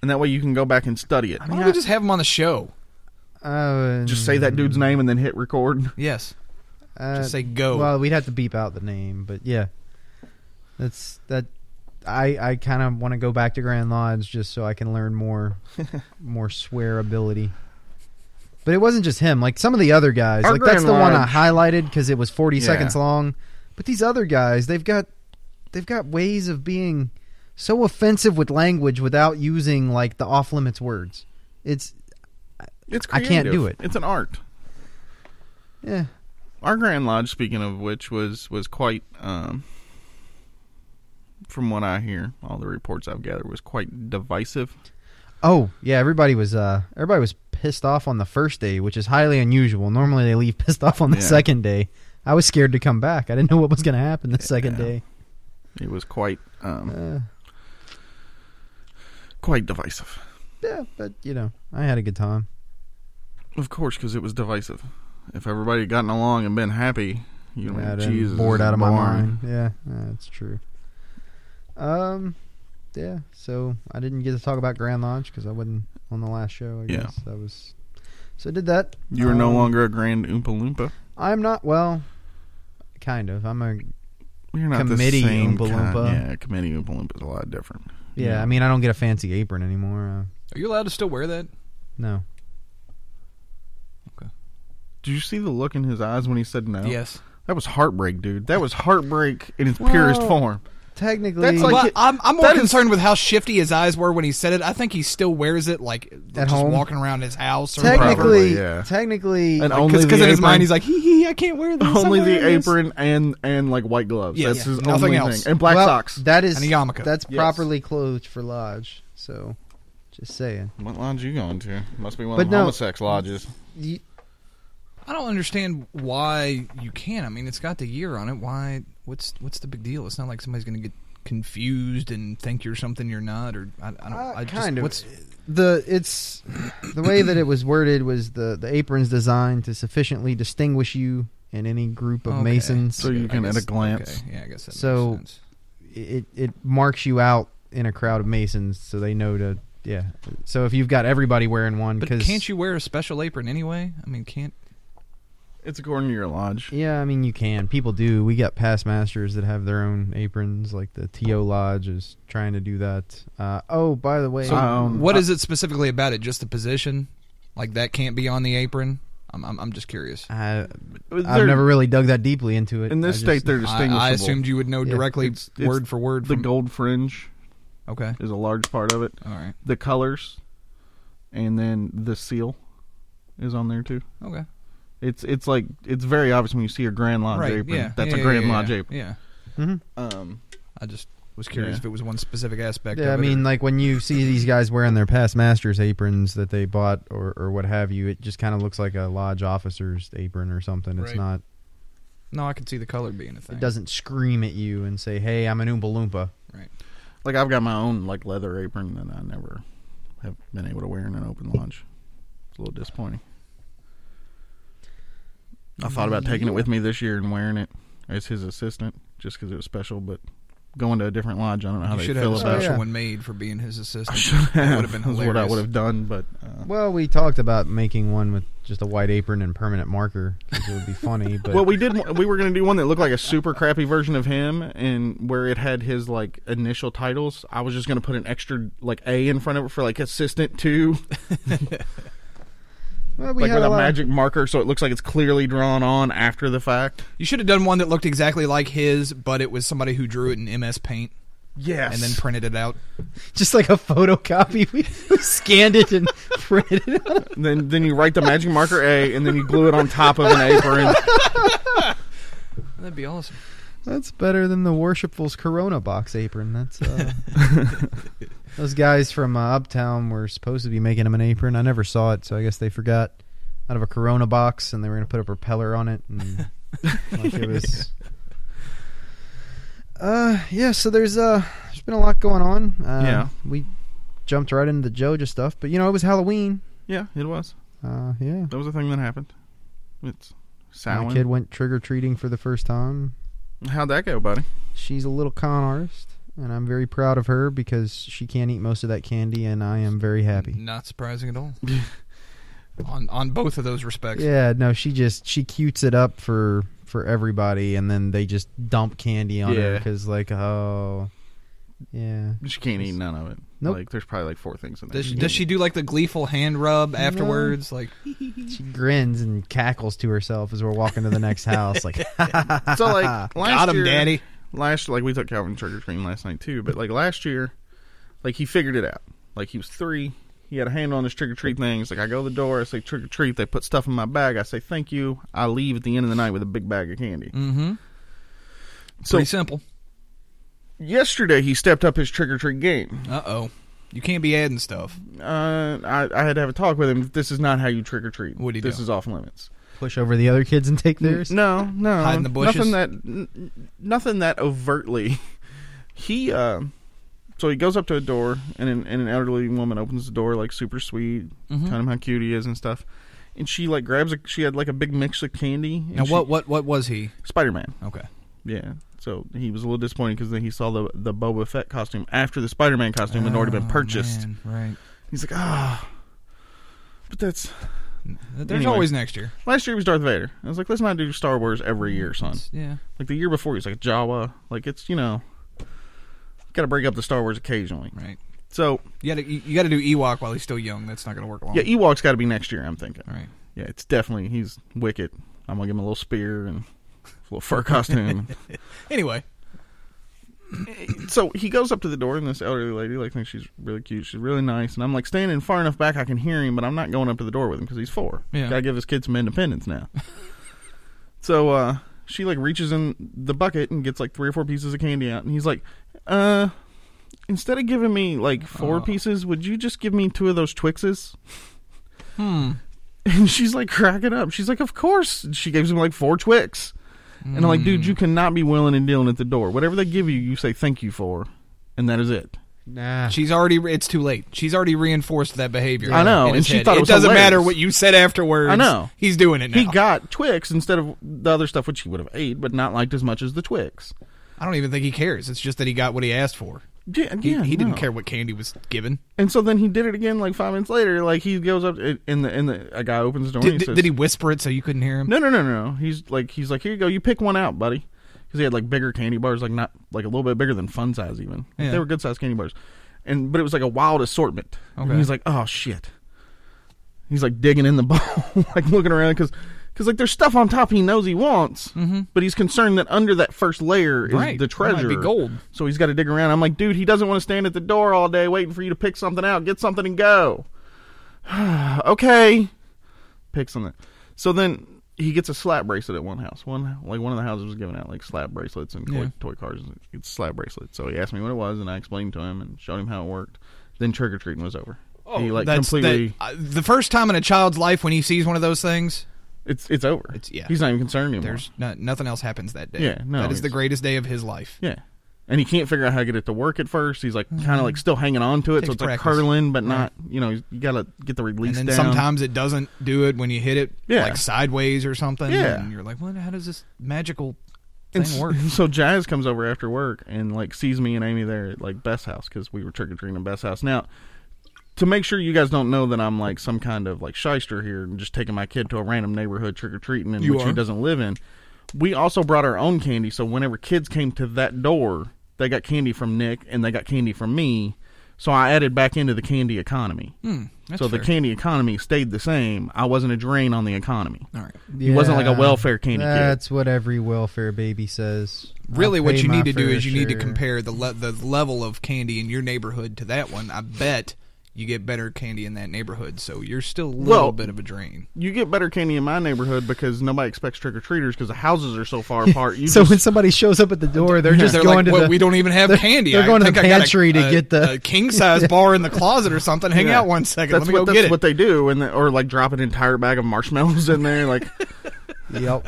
and that way you can go back and study it.
Why don't we just have him on the show?
Uh,
just say that dude's name and then hit record.
Yes.
uh,
Just say
Oh.
go.
Well, we'd have to beep out the name, but yeah, that's that. I I kind of want to go back to Grand Lodge just so I can learn more more swear ability. But it wasn't just him. Like some of the other guys,
Our
like that's
Grand
the one I
Lodge-
highlighted because it was forty
Yeah.
seconds long. But these other guys, they've got they've got ways of being so offensive with language without using like the off limits words. It's
It's
I
creative.
can't do it.
It's an art.
yeah,
Our Grand Lodge, speaking of which, was was quite, um, from what I hear, all the reports I've gathered, was quite divisive.
Oh yeah, everybody was uh everybody was pissed off on the first day, which is highly unusual. Normally they leave pissed off on the
Yeah.
second day. I was scared to come back. I didn't know what was going to happen the second
Yeah.
day.
It was quite, um,
Uh,
quite divisive.
yeah, but you know, I had a good time.
Of course, because it was divisive. If everybody had gotten along and been happy, you know,
I'd been
Jesus,
bored out of my
boring.
mind. Yeah, yeah, that's true. Um, yeah. So I didn't get to talk about Grand Lodge because I wasn't on the last show. I
Yeah.
guess that was. So I did that.
You are no
Um,
longer a grand Oompa Loompa.
I'm not. Well, kind of. I'm a.
You're not
committee
the same
Oompa
kind-
Loompa.
Yeah, committee Oompa Loompa is a lot different.
Yeah,
Yeah.
I mean, I don't get a fancy apron anymore. Uh,
Are you allowed to still wear that?
no.
Did you see the look in his eyes when he said no?
Yes.
That was heartbreak, dude. That was heartbreak in its purest
Well-
form.
technically,
That's like-
Well,
it-
I'm, I'm more
that is-
concerned with how shifty his eyes were when he said it. I think he still wears it, like just
home?
walking around his house. Or
technically,
whatever.
Probably, yeah.
technically,
And only
because
the
in his
apron-
mind he's like, hee hee, I can't wear this. I
only
wear
the
this."
apron and and like white gloves.
Yeah,
That's
yeah.
his
Nothing
only
else.
thing. And black
well,
socks.
That is
And a yarmulke.
That's
Yes.
properly clothed for lodge. So, just saying.
what lodge you going to? Must be one
But
of the
no-
homosex lodges.
You-
I don't understand why you can't. I mean, it's got the year on it. Why? What's what's the big deal? It's not like somebody's going to get confused and think you're something you're not. Or I, I don't.
Uh,
I just,
kind of.
What's,
the it's the way that it was worded was the the apron's designed to sufficiently distinguish you in any group of
Okay.
masons.
So you
I
can at a
guess-
glance.
okay, Yeah, I guess that
So-
makes sense.
it it marks you out in a crowd of masons, so they know to yeah. So if you've got everybody wearing one,
But
because
can't you wear a special apron anyway? I mean, can't
It's according to your lodge.
Yeah, I mean you can. People do. We got past masters that have their own aprons, like the To Lodge is trying to do that. Uh, oh, by the way,
So
Um,
what
I-
is it specifically about it? Just the position, like that can't be on the apron. I'm I'm, I'm just curious.
I, I've
They're-
never really dug that deeply into it.
in this
I just-
state they're
I,
distinguishable.
I assumed you would know
Yeah,
directly,
it's- it's
word for word.
the
from-
gold fringe
Okay,
is a large part of it.
all right,
The colors, and then the seal, is on there too.
okay,
It's it's like it's very obvious when you see a Grand Lodge
right,
apron.
yeah,
That's
yeah,
a
yeah,
Grand
yeah,
Lodge
yeah,
apron.
Yeah,
Um,
I just was curious
Yeah.
if it was one specific aspect.
Yeah, I
of it or-
mean, like when you see these guys wearing their past masters aprons that they bought or, or what have you, it just kind of looks like a lodge officer's apron or something. It's
Right.
not.
no, I could see the color being a thing.
It doesn't scream at you and say, "Hey, I'm an Oompa Loompa."
Right.
like I've got my own like leather apron that I never have been able to wear in an open lodge. It's a little disappointing. I thought about taking it with me this year and wearing it as his assistant, just because it was special. But going to a different lodge, I don't know how
You
they
should have
feel
a
about
special
yeah.
it.
one made for being his assistant.
Should
That
have.
would have been
That's
hilarious.
what I would have done, but uh,
Well, we talked about making one with just a white apron and permanent marker 'cause it would be funny. But
well, we did. one- We were going to do one that looked like a super crappy version of him, and where it had his like initial titles. I was just going to put an extra like A in front of it for like assistant two,
Well, we
like
had
with
a
a
lot of-
magic marker, so it looks like it's clearly drawn on after the fact.
You should have done one that looked exactly like his, but it was somebody who drew it in MS Paint
Yes,
and then printed it out.
just like a photocopy. We, we scanned it and printed it. Out.
then then you write the magic marker A, and then you glue it on top of an apron.
That'd be awesome.
That's better than the worshipful's Corona box apron. That's uh, those guys from uh, Uptown were supposed to be making him an apron. I never saw it, so I guess they forgot out of a Corona box, and they were going to put a propeller on it. And, like, it was. Uh yeah, so there's uh there's been a lot going on. Uh,
Yeah.
we jumped right into the Joja stuff, but you know it was Halloween.
yeah, it was.
Uh yeah,
That was a thing that happened. It's
my
Samhain.
kid went trick or treating for the first time.
How'd that go, buddy?
She's a little con artist, and I'm very proud of her because she can't eat most of that candy, and I am very happy.
Not surprising at all. on on both of those respects.
Yeah, no, she just she cutes it up for for everybody, and then they just dump candy on her
Yeah.
because like oh yeah
She can't eat none of it.
Nope.
Like there's probably like four things in there.
Does she, does she do like the gleeful hand rub afterwards? Like
she grins and cackles to herself as we're walking to the next house like
so like last
got him,
year,
daddy.
last like we took Calvin trick or treating last night too, but like last year, like he figured it out. Like he was three, he had a handle on his trick or treat things. Like I go to the door, I say trick or treat. They put stuff in my bag. I say thank you. I leave at the end of the night with a big bag of candy.
Mm-hmm.
So
Pretty simple.
yesterday he stepped up his trick or treat game.
Uh oh. You can't be adding stuff.
Uh, I, I had to have a talk with him. This is not how you trick or treat.
What'd he
This
do?
is off limits.
push over the other kids and take theirs.
No, no,
Hide in the bushes?
Nothing that, n- n- nothing that overtly. He, uh, so he goes up to a door, and an, and an elderly woman opens the door, like super sweet,
Mm-hmm.
telling him how cute he is and stuff. And she like grabs. A, she had like a big mix of candy. and
Now
she-
what what what was he?
Spider Man.
Okay.
Yeah. So he was a little disappointed because then he saw the the Boba Fett costume after the Spider Man costume had already been
Oh,
purchased.
man, right.
He's like, ah, but that's
There's
Anyway.
always next year.
Last year was Darth Vader. I was like, let's not do Star Wars every year, son.
It's- yeah.
Like the year before, he was like Jawa. Like it's you know, got to break up the Star Wars occasionally.
Right.
So
You gotta you, you gotta do Ewok while he's still young. That's not gonna work long.
yeah, Ewok's got to be next year. I'm thinking.
All right.
Yeah, it's definitely he's wicked. I'm gonna give him a little spear and a little fur costume.
Anyway.
so he goes up to the door, and this elderly lady like thinks she's really cute. She's really nice, and I'm like standing far enough back I can hear him, but I'm not going up to the door with him because he's four.
Yeah.
gotta give his kid some independence now. so uh, she like reaches in the bucket and gets like three or four pieces of candy out, and he's like, "Uh, instead of giving me like four
Oh.
pieces, would you just give me two of those Twixes?"
Hmm.
And she's like cracking up. She's like, "Of course." And she gives him like four Twix. And I'm like,
Hmm.
dude, you cannot be willing and dealing at the door. Whatever they give you, you say thank you for, and that is it.
Nah.
She's already. It's too late. She's already reinforced that behavior.
Ah. I know,
in
and
his
she
head.
thought it
it,
was
doesn't matter
hilarious.
what you said afterwards.
I know.
he's doing it now.
He got Twix instead of the other stuff which he would have ate, but not liked as much as the Twix.
I don't even think he cares. It's just that he got what he asked for.
Yeah,
He,
yeah,
he didn't
no.
care what candy was given.
And so then he did it again, like five minutes later. Like he goes up, and the and the a guy opens the door.
Did,
and he
did,
says,
did he whisper it so you couldn't hear him?
No, no, no, no. no. He's like, he's like, here you go. You pick one out, buddy. Because he had like bigger candy bars, like not like a little bit bigger than fun size even. Like,
Yeah.
They were good sized candy bars, and but it was like a wild assortment. And
Okay.
he's like, oh shit. He's like digging in the bowl, like looking around because. Because like there's stuff on top he knows he wants, but he's concerned that under that first layer is
Mm-hmm. Right.
the
There might
treasure,
be gold.
So he's got to dig around. I'm like, dude, he doesn't want to stand at the door all day waiting for you to pick something out, get something and go. okay, picks on that. So then he gets a slap bracelet at one house. One like one of the houses was giving out like slap bracelets and toy,
Yeah.
toy cars. and It's slap bracelets. So he asked me what it was, and I explained to him and showed him how it worked. Then trick or treating was over. Oh, he like
That's
completely.
that- uh, the first time in a child's life when he sees one of those things.
it's it's over.
It's- yeah.
He's not even concerned anymore.
There's no, nothing else happens that day.
Yeah, no,
that is the
it's-
greatest day of his life.
yeah. And he can't figure out how to get it to work at first. He's like kind of like still hanging on to it,
Mm-hmm. Takes
so it's like
practice.
curling, but not. You know, you gotta get the release
And then
down.
sometimes it doesn't do it when you hit it
Yeah.
like sideways or something.
Yeah.
and you're like, what? How does this magical
And
thing
s-
work?
So Jazz comes over after work and like sees me and Amy there at like Beth's house because we were trick or treating at Beth's house. Now, to make sure you guys don't know that I'm like some kind of like shyster here and just taking my kid to a random neighborhood trick or treating in
You
which he
are.
doesn't live in, we also brought our own candy. So whenever kids came to that door, they got candy from Nick and they got candy from me. So I added back into the candy economy.
Hmm, That's
so the
fair.
candy economy stayed the same. I wasn't a drain on the economy.
All right.
He wasn't like a
Yeah.
welfare candy kid.
That's what every welfare baby says. I
Really, what
pay
you
my
need to do
fair
is you need to
share.
compare the le- the level of candy in your neighborhood to that one. I bet you get better candy in that neighborhood, so you're still a little
Well-
bit of a drain.
you get better candy in my neighborhood because nobody expects trick or treaters because the houses are so far apart. You
So
just-
when somebody shows up at the door, they're just
They're
going
like,
to
well,
the.
we don't even have
they're-
candy.
They're
I
going to
think
the
I got a-
pantry to
a-
get the.
a king size bar in the closet or something. Hang out one second.
that's
Let me
what
go
that's
get
what
it.
they do, and they- or like drop an entire bag of marshmallows in there. Like
Yep.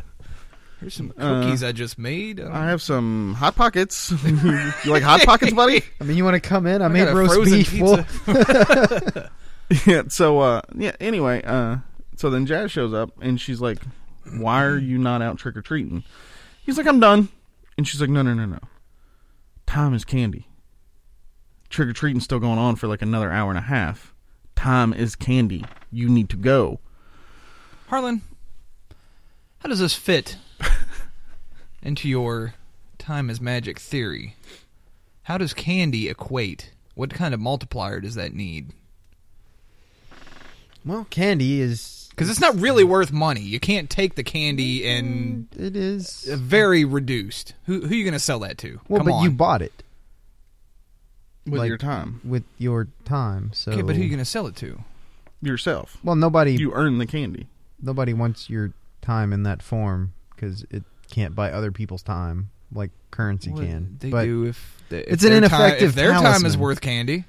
Here's some
Uh,
cookies I just made. Um, I,
I have some hot pockets. you like hot pockets, buddy?
I mean, you want to come in? I,
got
made
a
roast
frozen
beef. Well,
pizza.
yeah. So uh, yeah. Anyway, uh, so then Jazz shows up and she's like, "Why are you not out trick or treating?" He's like, "I'm done," and she's like, "No, no, no, no. Time is candy. Trick or treating's still going on for like another hour and a half. Time is candy. You need to go."
Harlan, how does this fit into your time is magic theory? How does candy equate? What kind of multiplier does that need?
well, candy is.
Because it's not
Mm.
really worth money. You can't take the candy and
It is.
very reduced. Who who you going to sell that to?
Mm. Well,
Uh, Come
but
on.
you bought it
with
Like-
your time
with your time, so.
okay, but who you going to sell it to?
yourself
well, nobody
you earn the candy
nobody wants your time in that form because it can't buy other people's time like currency
Well,
can.
They
but
do if, they, if
It's an
their ti-
ineffective
if their time is
talisman.
worth candy.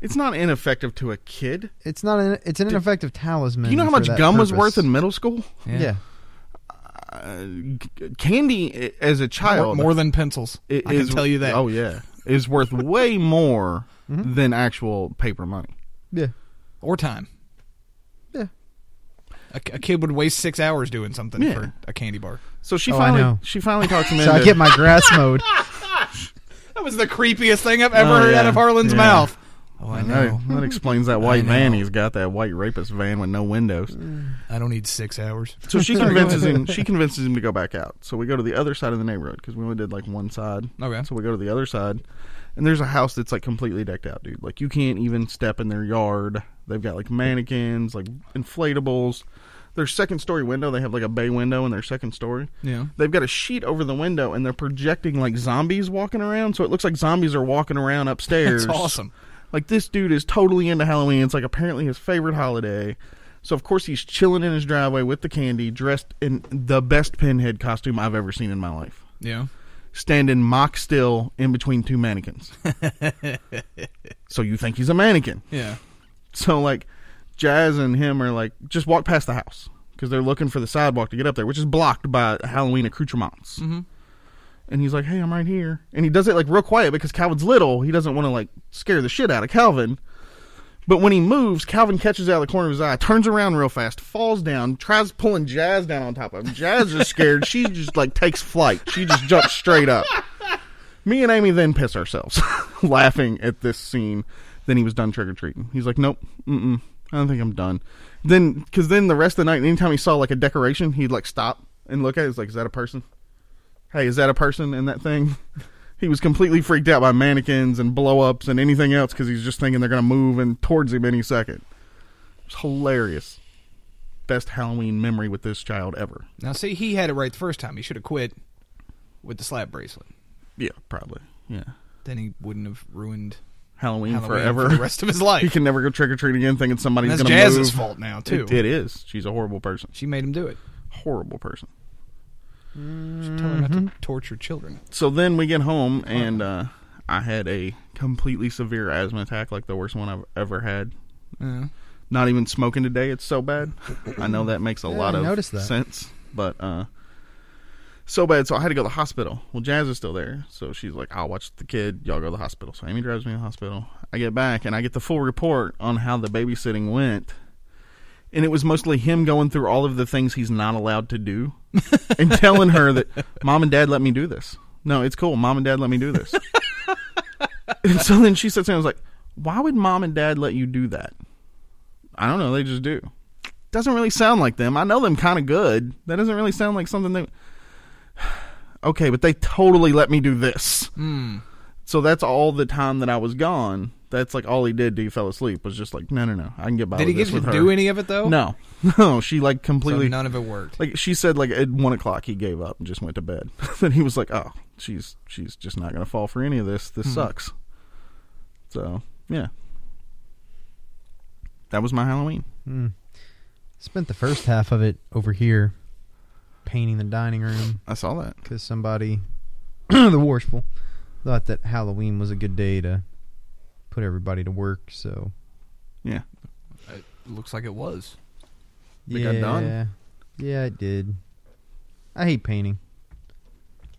it's not ineffective to a kid
it's not an it's an ineffective talisman.
Do you know how
for
much
that
gum was
purpose.
worth in middle school
yeah.
uh, g- candy i- as a
More,
child
more than pencils.
i-
I can
is-
tell you that.
oh yeah is worth way more than actual paper money
yeah,
or time.
Yeah.
A, a kid would waste six hours doing something
Yeah.
for a candy bar.
so she
Oh, I
finally
know.
she finally talks him
So
into
I get my grass mowed.
That was the creepiest thing I've ever
Oh,
heard
yeah.
out of Harlan's
Yeah.
mouth. Oh, I
Hey,
know.
that explains that white
know.
van he's got that white rapist van with no windows
I don't need six hours.
so she convinces him she convinces him to go back out so we go to the other side of the neighborhood because we only did like one side
Okay.
so we go to the other side and there's a house that's like completely decked out dude like you can't even step in their yard they've got like mannequins like inflatables their second story window. They have like a bay window in their second story.
Yeah.
They've got a sheet over the window and they're projecting like zombies walking around. So it looks like zombies are walking around upstairs.
That's awesome.
Like this dude is totally into Halloween. It's like apparently his favorite holiday. So of course he's chilling in his driveway with the candy, dressed in the best pinhead costume I've ever seen in my life.
Yeah.
Standing mock still in between two mannequins. so you think he's a mannequin.
Yeah.
So like, Jazz and him are like just walk past the house because they're looking for the sidewalk to get up there, which is blocked by Halloween accoutrements. Mm-hmm. And he's like, "Hey, I'm right here," and he does it like real quiet because Calvin's little. He doesn't want to like scare the shit out of Calvin. But when he moves, Calvin catches it out of the corner of his eye, turns around real fast, falls down, tries pulling Jazz down on top of him. Jazz is scared. She just like takes flight. She just jumps straight up. Me and Amy then piss ourselves laughing at this scene. Then he was done trick or treating. He's like, nope, mm-mm, I don't think I'm done. Then, because then the rest of the night, anytime he saw like a decoration, he'd like stop and look at it. He's like, is that a person? Hey, is that a person in that thing? He was completely freaked out by mannequins and blow ups and anything else because he's just thinking they're going to move in towards him any second. It's hilarious. Best Halloween memory with this child ever.
Now see, he had it right the first time. He should have quit with the slap bracelet.
Yeah, probably. Yeah.
Then he wouldn't have ruined
Halloween,
Halloween
Mm, forever.
for the rest of his life.
He can never go trick or treating again, thinking
And
somebody's
that's
going to move.
Jazz's fault now too.
It, it is. She's a horrible person.
She made him do it.
Horrible person.
She told him not
Mm-hmm.
to torture children.
So then we get home, and uh, I had a completely severe asthma attack, like the worst one I've ever had.
Yeah.
Not even smoking today; it's so bad. I know that makes a lot
I
of
noticed that.
sense, but uh, so bad. So I had to go to the hospital. Well, Jazz is still there, so she's like, "I'll watch the kid. Y'all go to the hospital." So Amy drives me to the hospital. I get back, and I get the full report on how the babysitting went. and it was mostly him going through all of the things he's not allowed to do and telling her that mom and dad let me do this. No, it's cool. Mom and dad let me do this. and so then she sits there and was like, Why would mom and dad let you do that? I don't know. They just do. Doesn't really sound like them. I know them kind of good. That doesn't really sound like something they. okay, but they totally let me do this.
Hmm.
So that's all the time that I was gone. That's like all he did. Do you fell asleep? Was just like, no, no, no. I can get by.
Did he
with
get
this
to
with her."
do any of it though?
No, no, she like
So
completely.
none of it worked.
like she said, like at one o'clock he gave up and just went to bed. then he was like, "Oh, she's she's just not gonna fall for any of this.
Hmm.
This sucks." So yeah, that was my Halloween.
Hmm. Spent the first half of it over here painting the dining room
I saw that.
because somebody, the worshipful, thought that Halloween was a good day to put everybody to work. So
Yeah,
It looks like it was.
It got done?
yeah, it did. I hate painting.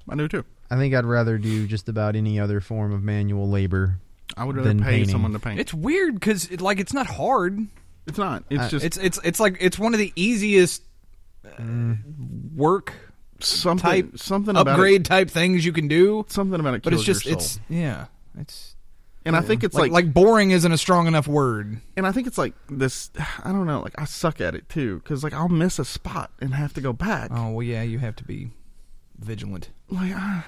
I do too.
I think I'd rather do just about any other form of manual labor.
I would rather
Than
pay
painting.
someone to paint. It's,
It's weird because it, like it's not hard.
not. It's just
It's it's it's like it's one of the easiest uh, work
something
type
something about
upgrade
it,
type things you can do,
something about it.
but it's
kills your
just
soul.
it's yeah it's
and I think it's
like, like boring isn't a strong enough word.
and I think it's like this. I don't know. Like I suck at it too because like I'll miss a spot and have to go back.
Oh well, yeah, you have to be vigilant.
like, ah,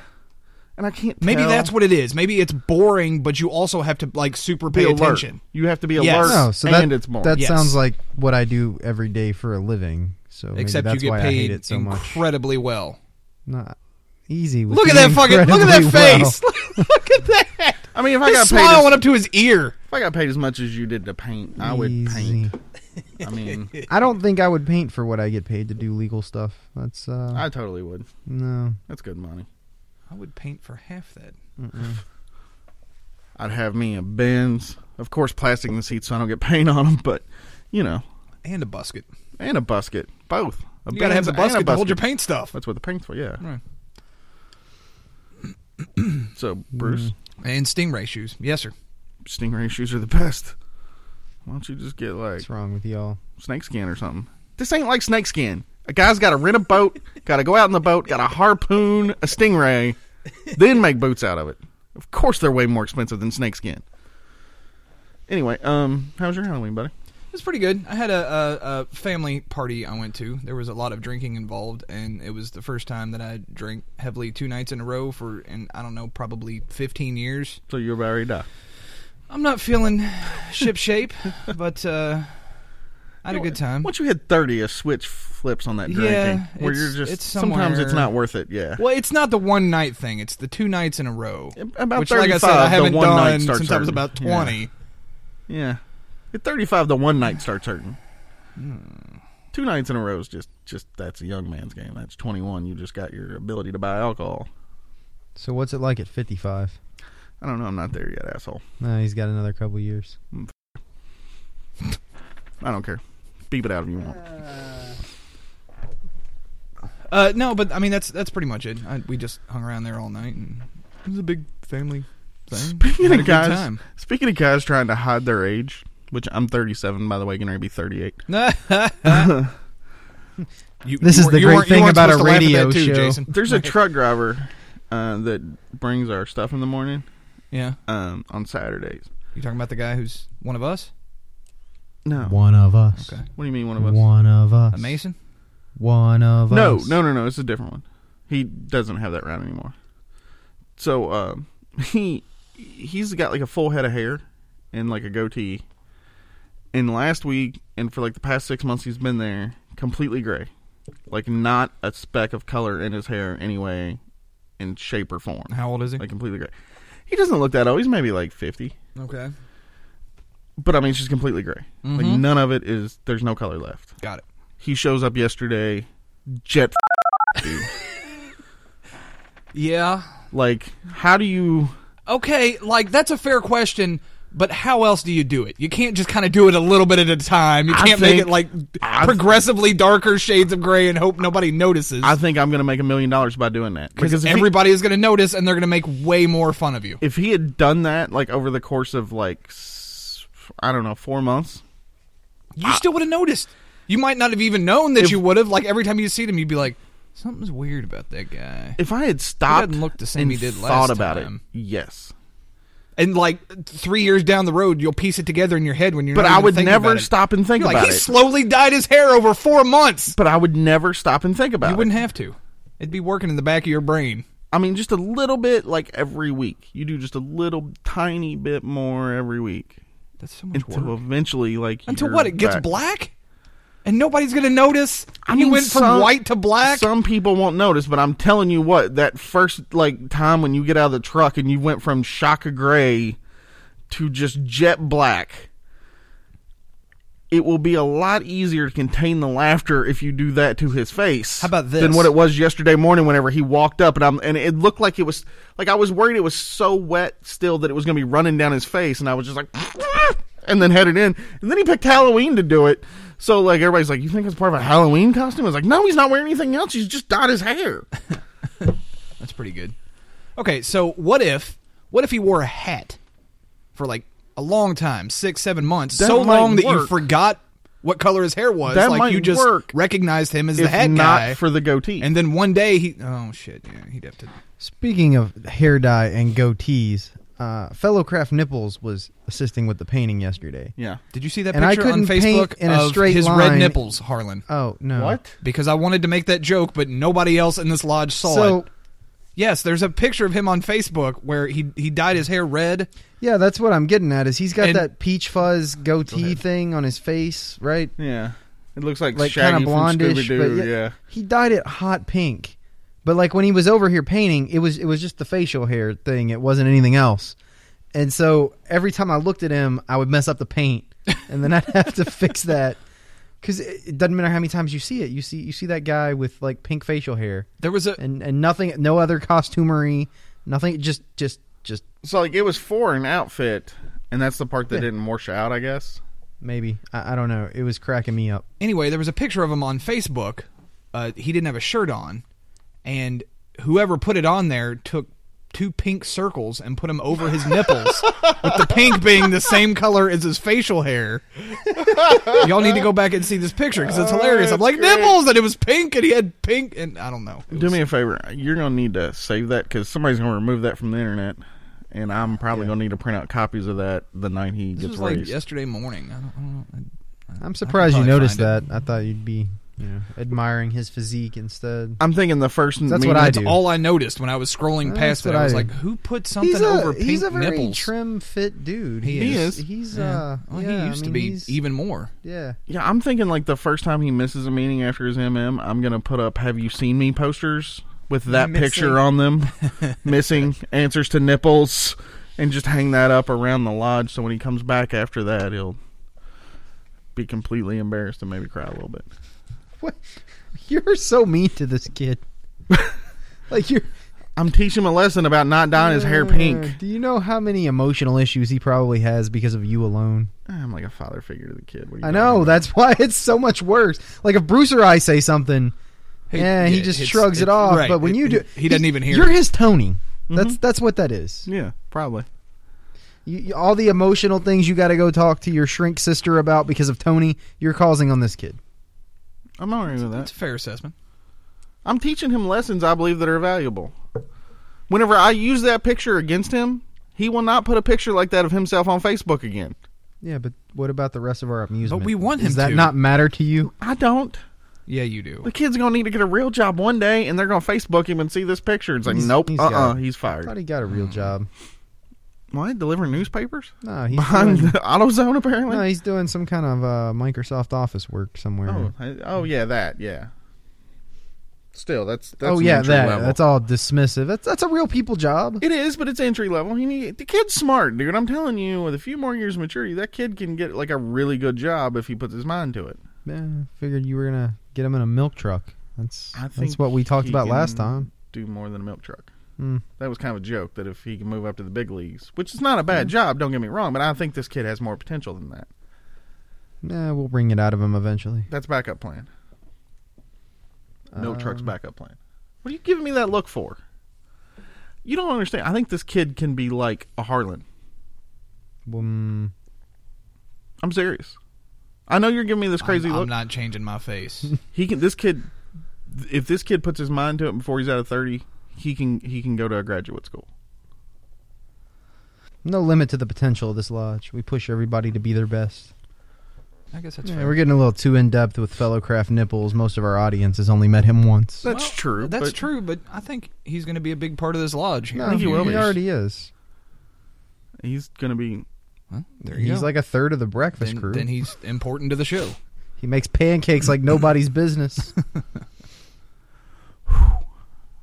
and I can't.
Maybe
tell.
that's what it is. Maybe it's boring, but you also have to like super pay
be alert.
attention.
You have to be alert.
Yes.
No, so that
Oh, and it's more.
that
Yes.
sounds like what I do every day for a living. So maybe
Except you
that's
get
why I hate
paid
it so much.
incredibly well.
Not easy. with
Look at
the
that fucking! Look at that
incredibly well.
face! look at that!
I mean, if I got
His
paid,
smile
as,
went up to his ear.
if I got paid as much as you did to paint, I would
Easy.
paint. I mean,
I don't think I would paint for what I get paid to do legal stuff. That's uh
I totally would.
no.
That's good money.
I would paint for half that.
I'd have me a Benz, of course, plastic in the seats, so I don't get paint on them. But you know,
And a busket.
and a busket, both. A
You gotta have
Benz
the
and a
busket, to hold your paint stuff.
That's what the paint's for. Yeah.
Right.
So
Mm.
Bruce,
And stingray shoes. Yes, sir.
stingray shoes are the best. Why don't you just get like
What's wrong with y'all?
snakeskin or something. This ain't like snakeskin. A guy's got to rent a boat, got to go out in the boat, got to harpoon a stingray, then make boots out of it. Of course, they're way more expensive than snakeskin. Anyway, um, how was your Halloween, buddy?
It was pretty good. I had a, a, a family party I went to. There was a lot of drinking involved, and it was the first time that I drank heavily two nights in a row for, and I don't know, probably 15 years.
So you were about ready to die.
I'm not feeling ship shape, but uh, I had a good time.
Once you hit thirty, a switch flips on that drinking.
Yeah,
where
it's-
you're just
it's
sometimes it's
somewhere-
not worth it. Yeah,
Well, it's not the one night thing; it's the two nights in a row.
about
which, like I said,
35,
I
the
haven't
one night
done
starts
since I was
hurting.
about
Yeah.
twenty.
yeah. At thirty-five, the one night starts hurting. Hmm. Two nights in a row is just just that's a young man's game. That's twenty-one. You just got your ability to buy alcohol.
So what's it like at 55?
I don't know. I'm not there yet, asshole.
No, he's got another couple years.
I don't care. Beep it out if you want.
Uh, no, but I mean that's that's pretty much it. I, we just hung around there all night, and it was a big family thing.
Speaking
Had a
of
good
guys,
time.
speaking of guys trying to hide their age, which I'm 37 by the way, going to be 38.
You-
This
you
is
weren't-
the
you
great
weren't- you
thing
weren't
about a
supposed to laugh at
radio
that too,
show.
Jason.
There's a truck driver uh, that brings our stuff in the morning
Yeah,
um, on Saturdays.
you talking about the guy who's one of us,
No,
One of us.
Okay.
what do you mean Oh. one of us?
One of us.
a Mason?
One of
No,
us.
no, no, no. It's a different one. He doesn't have that round anymore. So um, he he's got like a full head of hair and like a goatee. And last week and for like the past six months, he's been there completely gray, like not a speck of color in his hair anyway, in shape or form,
How old is he?
like completely gray. He doesn't look that old. He's maybe like fifty,
okay,
but I mean, it's just completely gray. Like
Mhm.
none of it is. There's no color left.
got it.
He shows up yesterday, jet
Yeah.
Like, how do you?
Okay, like that's a fair question. But how else do you do it? You can't just kind of do it a little bit at a time. You
I
can't make
think-
it like
I-
progressively darker shades of gray and hope nobody notices.
I think I'm going to make a million dollars by doing that
because
if
everybody is going to notice and they're going to make way more fun of you.
he, if he had done that like over the course of like s- I don't know four months,
You still would have noticed. You might not have even known that
Ah. If-
you would have. Like every time you see him, you'd be like, "Something's weird about that guy."
if I had stopped
doesn't look the same
and
he did
thought
last
about
time.
it, yes,
And like three years down the road, you'll piece it together in your head when you're.
but
not
I
even
would
thinking
never
about it.
stop and think
You're like
about
he
it.
slowly dyed his hair over four months.
but I would never stop and think about
You wouldn't
it.
have to. It'd be working in the back of your brain.
I mean, just a little bit, like every week. You do just a little tiny bit more every week
That's so much
until
work.
eventually, like
Until
you're
what? It gets
back.
black, and nobody's gonna notice.
I
he
mean,
went from
some-
white to black.
Some people won't notice, but I'm telling you what, that first like time when you get out of the truck and you went from shock of gray to just jet black, it will be a lot easier to contain the laughter if you do that to his face.
How about this?
Than what it was yesterday morning whenever he walked up and I'm and it looked like it was like I was worried it was so wet still that it was gonna be running down his face and I was just like and then headed in. And then he picked Halloween to do it. So like everybody's like, You think it's part of a Halloween costume? I was like, No, he's not wearing anything else, he's just dyed his hair.
That's pretty good. Okay, so what if what if he wore a hat for like a long time, six, seven months,
That
so
might
long that you
work.
forgot what color his hair was,
That
like
might
you just
work.
recognized him as the
if
hat
not
guy,
for the goatee.
and then one day he oh shit, yeah, he'd have to.
Speaking of hair dye and goatees, uh, fellow Kraft Nipples was assisting with the painting yesterday.
yeah.
Did you see that
And I
picture on
couldn't paint
Facebook
in a
of
straight
his red
line.
nipples, Harlan?
Oh no!
Because I wanted to make that joke, but nobody else in this lodge saw
So
it. Yes, there's a picture of him on Facebook where he he dyed his hair red.
yeah, that's what I'm getting at. Is he's got
And-
that peach fuzz goatee thing on his face, right?
Yeah. It looks like,
Like kind
Shaggy
of blondish, but
from Scooby
yeah,
Doo, yeah.
He dyed it hot pink, but like when he was over here painting, it was it was just the facial hair thing. It wasn't anything else. And so every time I looked at him, I would mess up the paint, and then I'd have to fix that. Because it it doesn't matter how many times you see it, you see you see that guy with like pink facial hair,
There was a
and and nothing, no other costumery, nothing, just just just
So like it was for an outfit, and that's the part that didn't wash out, I guess.
maybe I, I don't know. It was cracking me up.
anyway, there was a picture of him on Facebook. Uh, he didn't have a shirt on, and whoever put it on there took two pink circles and put them over his nipples, with the pink being the same color as his facial hair. Y'all need to go back and see this picture because it's hilarious. I'm like nipples, and it was pink, and he had pink, and I don't know. It
Do
was-
me a favor. You're gonna need to save that because somebody's gonna remove that from the internet, and I'm probably gonna need to print out copies of that the night he
This
gets
was like
raised.
yesterday morning. I don't, I don't know.
I'm surprised you
probably
noticed
find
that. I thought you'd be you know, admiring his physique instead.
I'm thinking the first.
That's what I
That's
do.
all I noticed when I was scrolling
That's
past it.
what
I was
I do.
like, who put something
he's a,
over pink
he's a very
nipples?
trim, fit dude.
He
is.
He's
Yeah.
uh,
well,
yeah, I
he used
mean,
to be
he's-
even more.
yeah.
Yeah, I'm thinking like the first time he misses a meeting after his MM, I'm gonna put up "Have you seen me?" posters with that
Missing.
picture on them, missing answers to nipples, and just hang that up around the lodge. So when he comes back after that, he'll be completely embarrassed and maybe cry a little bit.
What? You're so mean to this kid. like you're Uh,
I'm teaching him a lesson about not dyeing his hair pink.
Do you know how many emotional issues he probably has because of you alone?
I'm like a father figure to the kid. What are you
Mm. I
talking
know
about?
that's why it's so much worse. Like if Bruce or I say something,
Hey,
yeah, he
yeah,
just
it's-
shrugs it
it's-
off.
right,
But when
it-
you do,
he- he doesn't even hear
You're
it.
his Tony. That's that's what that is.
Yeah, probably.
You, you- all the emotional things you got to go talk to your shrink sister about because of Tony, you're causing on this kid.
I'm alright with that.
That's a fair assessment.
I'm teaching him lessons I believe that are valuable. Whenever I use that picture against him, he will not put a picture like that of himself on Facebook again.
Yeah, but what about the rest of our amusement?
we want
Does
him
that
to.
not matter to you?
I don't.
Yeah, you do.
The kid's gonna need to get a real job one day, and they're gonna Facebook him and see this picture. It's like,
He's-
nope,
he's
uh, uh
got it.
he's
I thought
fired. Mm.
he got a real job.
What? Delivering newspapers
No, he's
behind
doing,
the AutoZone apparently.
no, he's doing some kind of uh, Microsoft Office work somewhere.
oh, I- oh yeah, that yeah. Still, that's that's
oh
an
yeah,
entry
that
level.
that's all dismissive. That's that's a real people job.
It is, but it's entry level. He need, the kid's smart, dude. I'm telling you, with a few more years of maturity, that kid can get like a really good job if he puts his mind to it.
Yeah, figured you were gonna get him in a milk truck. That's
I think
that's what we talked
he
about last
can-
time.
Do more than a milk truck.
Hmm.
That was kind of a joke that if he can move up to the big leagues, which is not a bad job, don't get me wrong, but I think this kid has more potential than that.
Nah, we'll bring it out of him eventually.
That's backup plan. Milk truck's
Um,
backup plan. What are you giving me that look for? You don't understand. I think this kid can be like a Harlan.
Mm,
I'm serious. I know you're giving me this crazy
I'm,
look.
I'm not changing my face.
he can this kid if this kid puts his mind to it before he's out of 30 he can he can go to a graduate school
no limit to the potential of this lodge. We push everybody to be their best.
I guess that's
Yeah,
fair.
we're getting a little too in depth with fellow craft nipples. Most of our audience has only met him once.
that's
Well,
true
That's
but
true, but I think he's going to be a big part of this lodge. Here
No,
in a
think he
few
will be.
years.
already is.
he's gonna be
Huh? There you
He's
go.
like a third of the breakfast
then,
crew.
then he's important to the show.
he makes pancakes like nobody's business.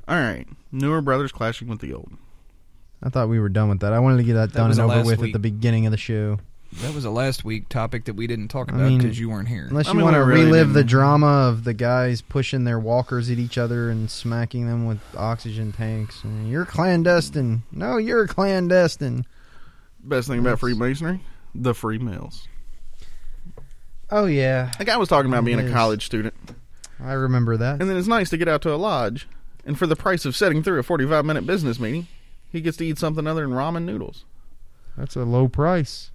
all right newer brothers clashing with the old
I thought we were done with that. I wanted to get that, done
was
and
the
over
last
with at
week.
the beginning of the show.
That was a last week topic that we didn't talk
I
about
mean,
because you weren't here.
Unless
I
you
mean,
want to
we really
relive the
didn't-
drama of the guys pushing their walkers at each other and smacking them with oxygen tanks. And you're clandestine. No, you're clandestine.
best thing about freemasonry the free meals
Oh yeah,
like i was talking about being a
Yes.
college student
I remember that.
and then it's nice to get out to a lodge and for the price of setting through a 45 minute business meeting he gets to eat something other than ramen noodles
That's a low price,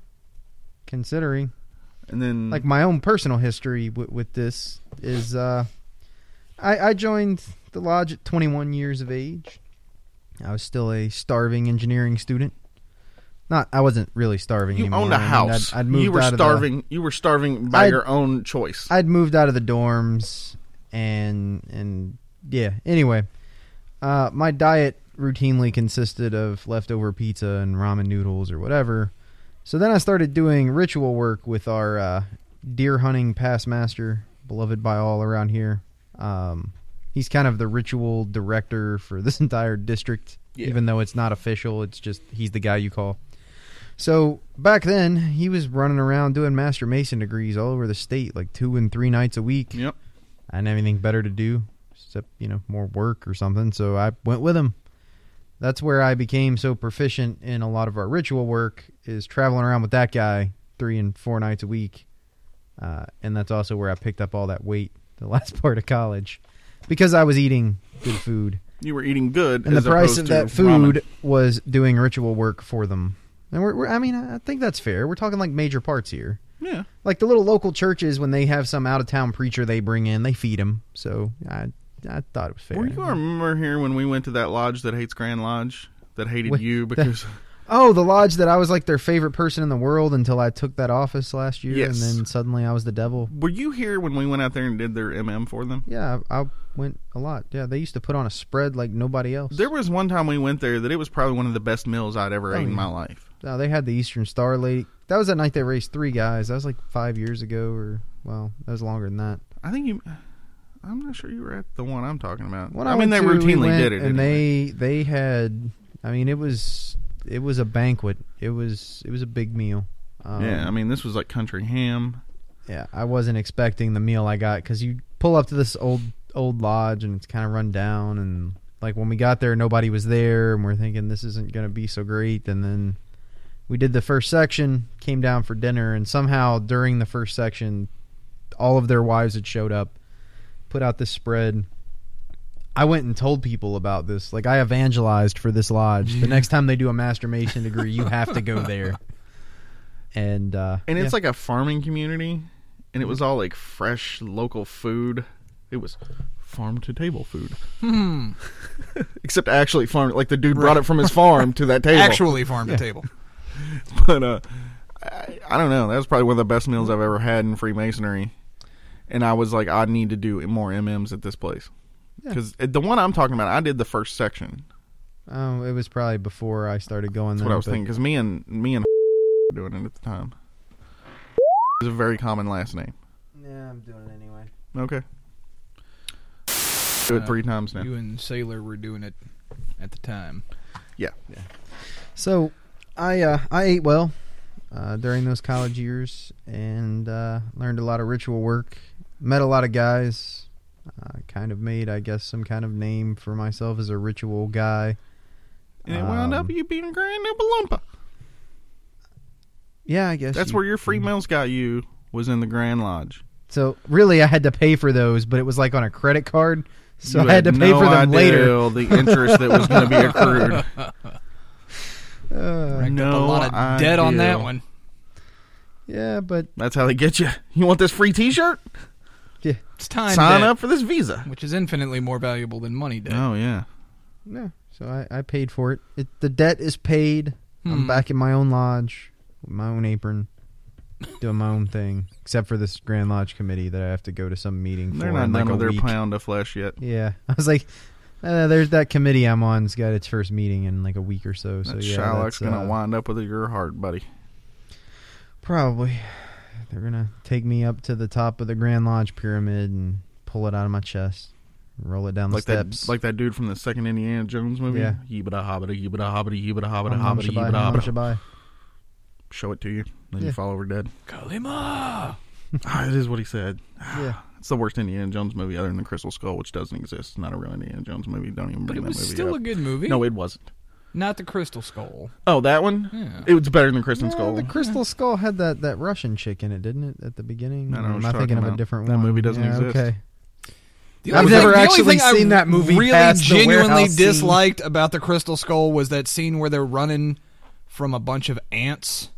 considering.
and then
Like my own personal history with, with this is, uh, I, I joined the lodge at 21 years of age. I was still a starving engineering student. Not, I wasn't really starving
you
anymore.
owned a
I mean,
house
I'd, I'd moved
you were
out of the-
starving you were starving by
I'd-
your own choice
I'd moved out of the dorms and and yeah. Anyway, uh, my diet routinely consisted of leftover pizza and ramen noodles or whatever. So then I started doing ritual work with our uh, deer hunting past master, beloved by all around here. Um, he's kind of the ritual director for this entire district,
Yeah.
even though it's not official. It's just he's the guy you call. So back then, he was running around doing master mason degrees all over the state, like two and three nights a week.
Yep.
I didn't have anything better to do except you know more work or something, so I went with him. That's where I became so proficient in a lot of our ritual work is traveling around with that guy three and four nights a week, uh, and that's also where I picked up all that weight the last part of college because I was eating good food
you were eating good
and
as
the price
opposed
of
to
that
ramen.
food was doing ritual work for them. And we're, we're I mean, I think that's fair. We're talking like major parts here.
Yeah.
Like the little local churches when they have some out of town preacher they bring in, they feed him. So I I thought it was fair.
um, Were you a member here when we went to that lodge that hates Grand Lodge that hated
Wait,
you
that-
because
Oh, the lodge that I was like their favorite person in the world until I took that office last year,
Yes.
and then suddenly I was the devil.
Were you here when we went out there and did their MM for them?
Yeah, I, I went a lot. Yeah, they used to put on a spread like nobody else.
There was one time we went there that it was probably one of the best meals I'd ever
Oh,
ate in
yeah.
my life.
No, they had the Eastern Star Lady. That was that night they raced three guys. That was like five years ago, or well, that was longer than that.
I think you. I'm not sure you were at the one I'm talking about.
When
I, mean,
went
they
to, we
routinely
went
did it,
and they
anyway.
they had. I mean, it was it was a banquet. It was it was a big meal. Um,
yeah, I mean, this was like country ham.
yeah. I wasn't expecting the meal I got because you pull up to this old old lodge and it's kind of run down and like when we got there nobody was there and we're thinking this isn't going to be so great and then we did the first section came down for dinner and somehow during the first section all of their wives had showed up put out this spread i went and told people about this like i evangelized for this lodge the next time they do a master mason degree you have to go there and uh
And
yeah.
it's like a farming community, and it was all like fresh local food. It was farm to table food. Hmm. Except actually farm like the dude brought it from his farm to that table.
Actually, farm to table.
but uh, I, I don't know. That was probably one of the best meals I've ever had in Freemasonry. And I was like, I need to do more MMs at this place because the one I'm talking about, I did the first section.
Oh, it was probably before I started going
That's
there.
what I was
but-
thinking because me and me and were doing it at the time is a very common last name.
Yeah, I'm doing it anyway.
Okay, do it three times now.
You and Sailor were doing it at the time.
So, I uh, I ate well uh, during those college years and uh, learned a lot of ritual work. Met a lot of guys. Uh, kind of made, I guess, some kind of name for myself as a ritual guy.
And it wound
Um,
up you being Grand Oopalumpa.
Yeah, I guess
That's
you-
where your free meals got you was in the Grand Lodge.
So really, I had to pay for those, but it was like on a credit card, so
You
I had to pay
no
for them
idea
later.
The interest that was going to be accrued.
Uh,
Racked up a
no
lot of debt on
idea.
that one.
yeah, but
That's how they get you. You want this free T-shirt?
It's time
Sign
debt,
up for this Visa.
which is infinitely more valuable than money debt.
Oh yeah.
No. So I, I paid for it. it. The debt is paid. I'm
Hmm.
back in my own lodge with my own apron, doing my own thing, except for this Grand Lodge committee that I have to go to some meeting
They're
for
not
in like
done
a
with their
week.
pound of flesh yet.
Yeah. I was like, uh, there's that committee I'm on. It's got its first meeting in like a week or so. So
That
yeah,
Shylock's
that's,
gonna
uh,
wind up with your heart, buddy.
Probably. They're gonna take me up to the top of the Grand Lodge pyramid and pull it out of my chest, roll it down
Like
the steps.
that, like that dude from the second Indiana Jones movie.
Yeah.
Yibida hobbida, yibida hobbida, yibida hobbida,
Om Namah
hobbida,
Shivaya, Om
yibida
Namah
hobbida.
Shivaya.
Show it to you, then
Yeah.
you fall over dead.
Kalima!
Ah, that is what he said.
Yeah.
It's the worst Indiana Jones movie other than the Crystal Skull, which doesn't exist. It's not a real Indiana Jones movie. Don't even
But
bring
it
that
was
movie
still
up.
a good movie.
no, it wasn't.
Not the Crystal Skull.
Oh, that one.
Yeah.
It was better than Crystal
No,
Skull.
The Crystal Skull had that, that Russian chick in it, didn't it, at the beginning? Or
I don't know what
am
you're
I thinking
talking
of a
about.
different
That
one?
movie doesn't
Yeah,
exist.
Okay.
The
I've
only
never
the only
actually
thing I
seen that movie
Really,
past the
genuinely
warehouse scene.
disliked about the Crystal Skull was that scene where they're running from a bunch of ants,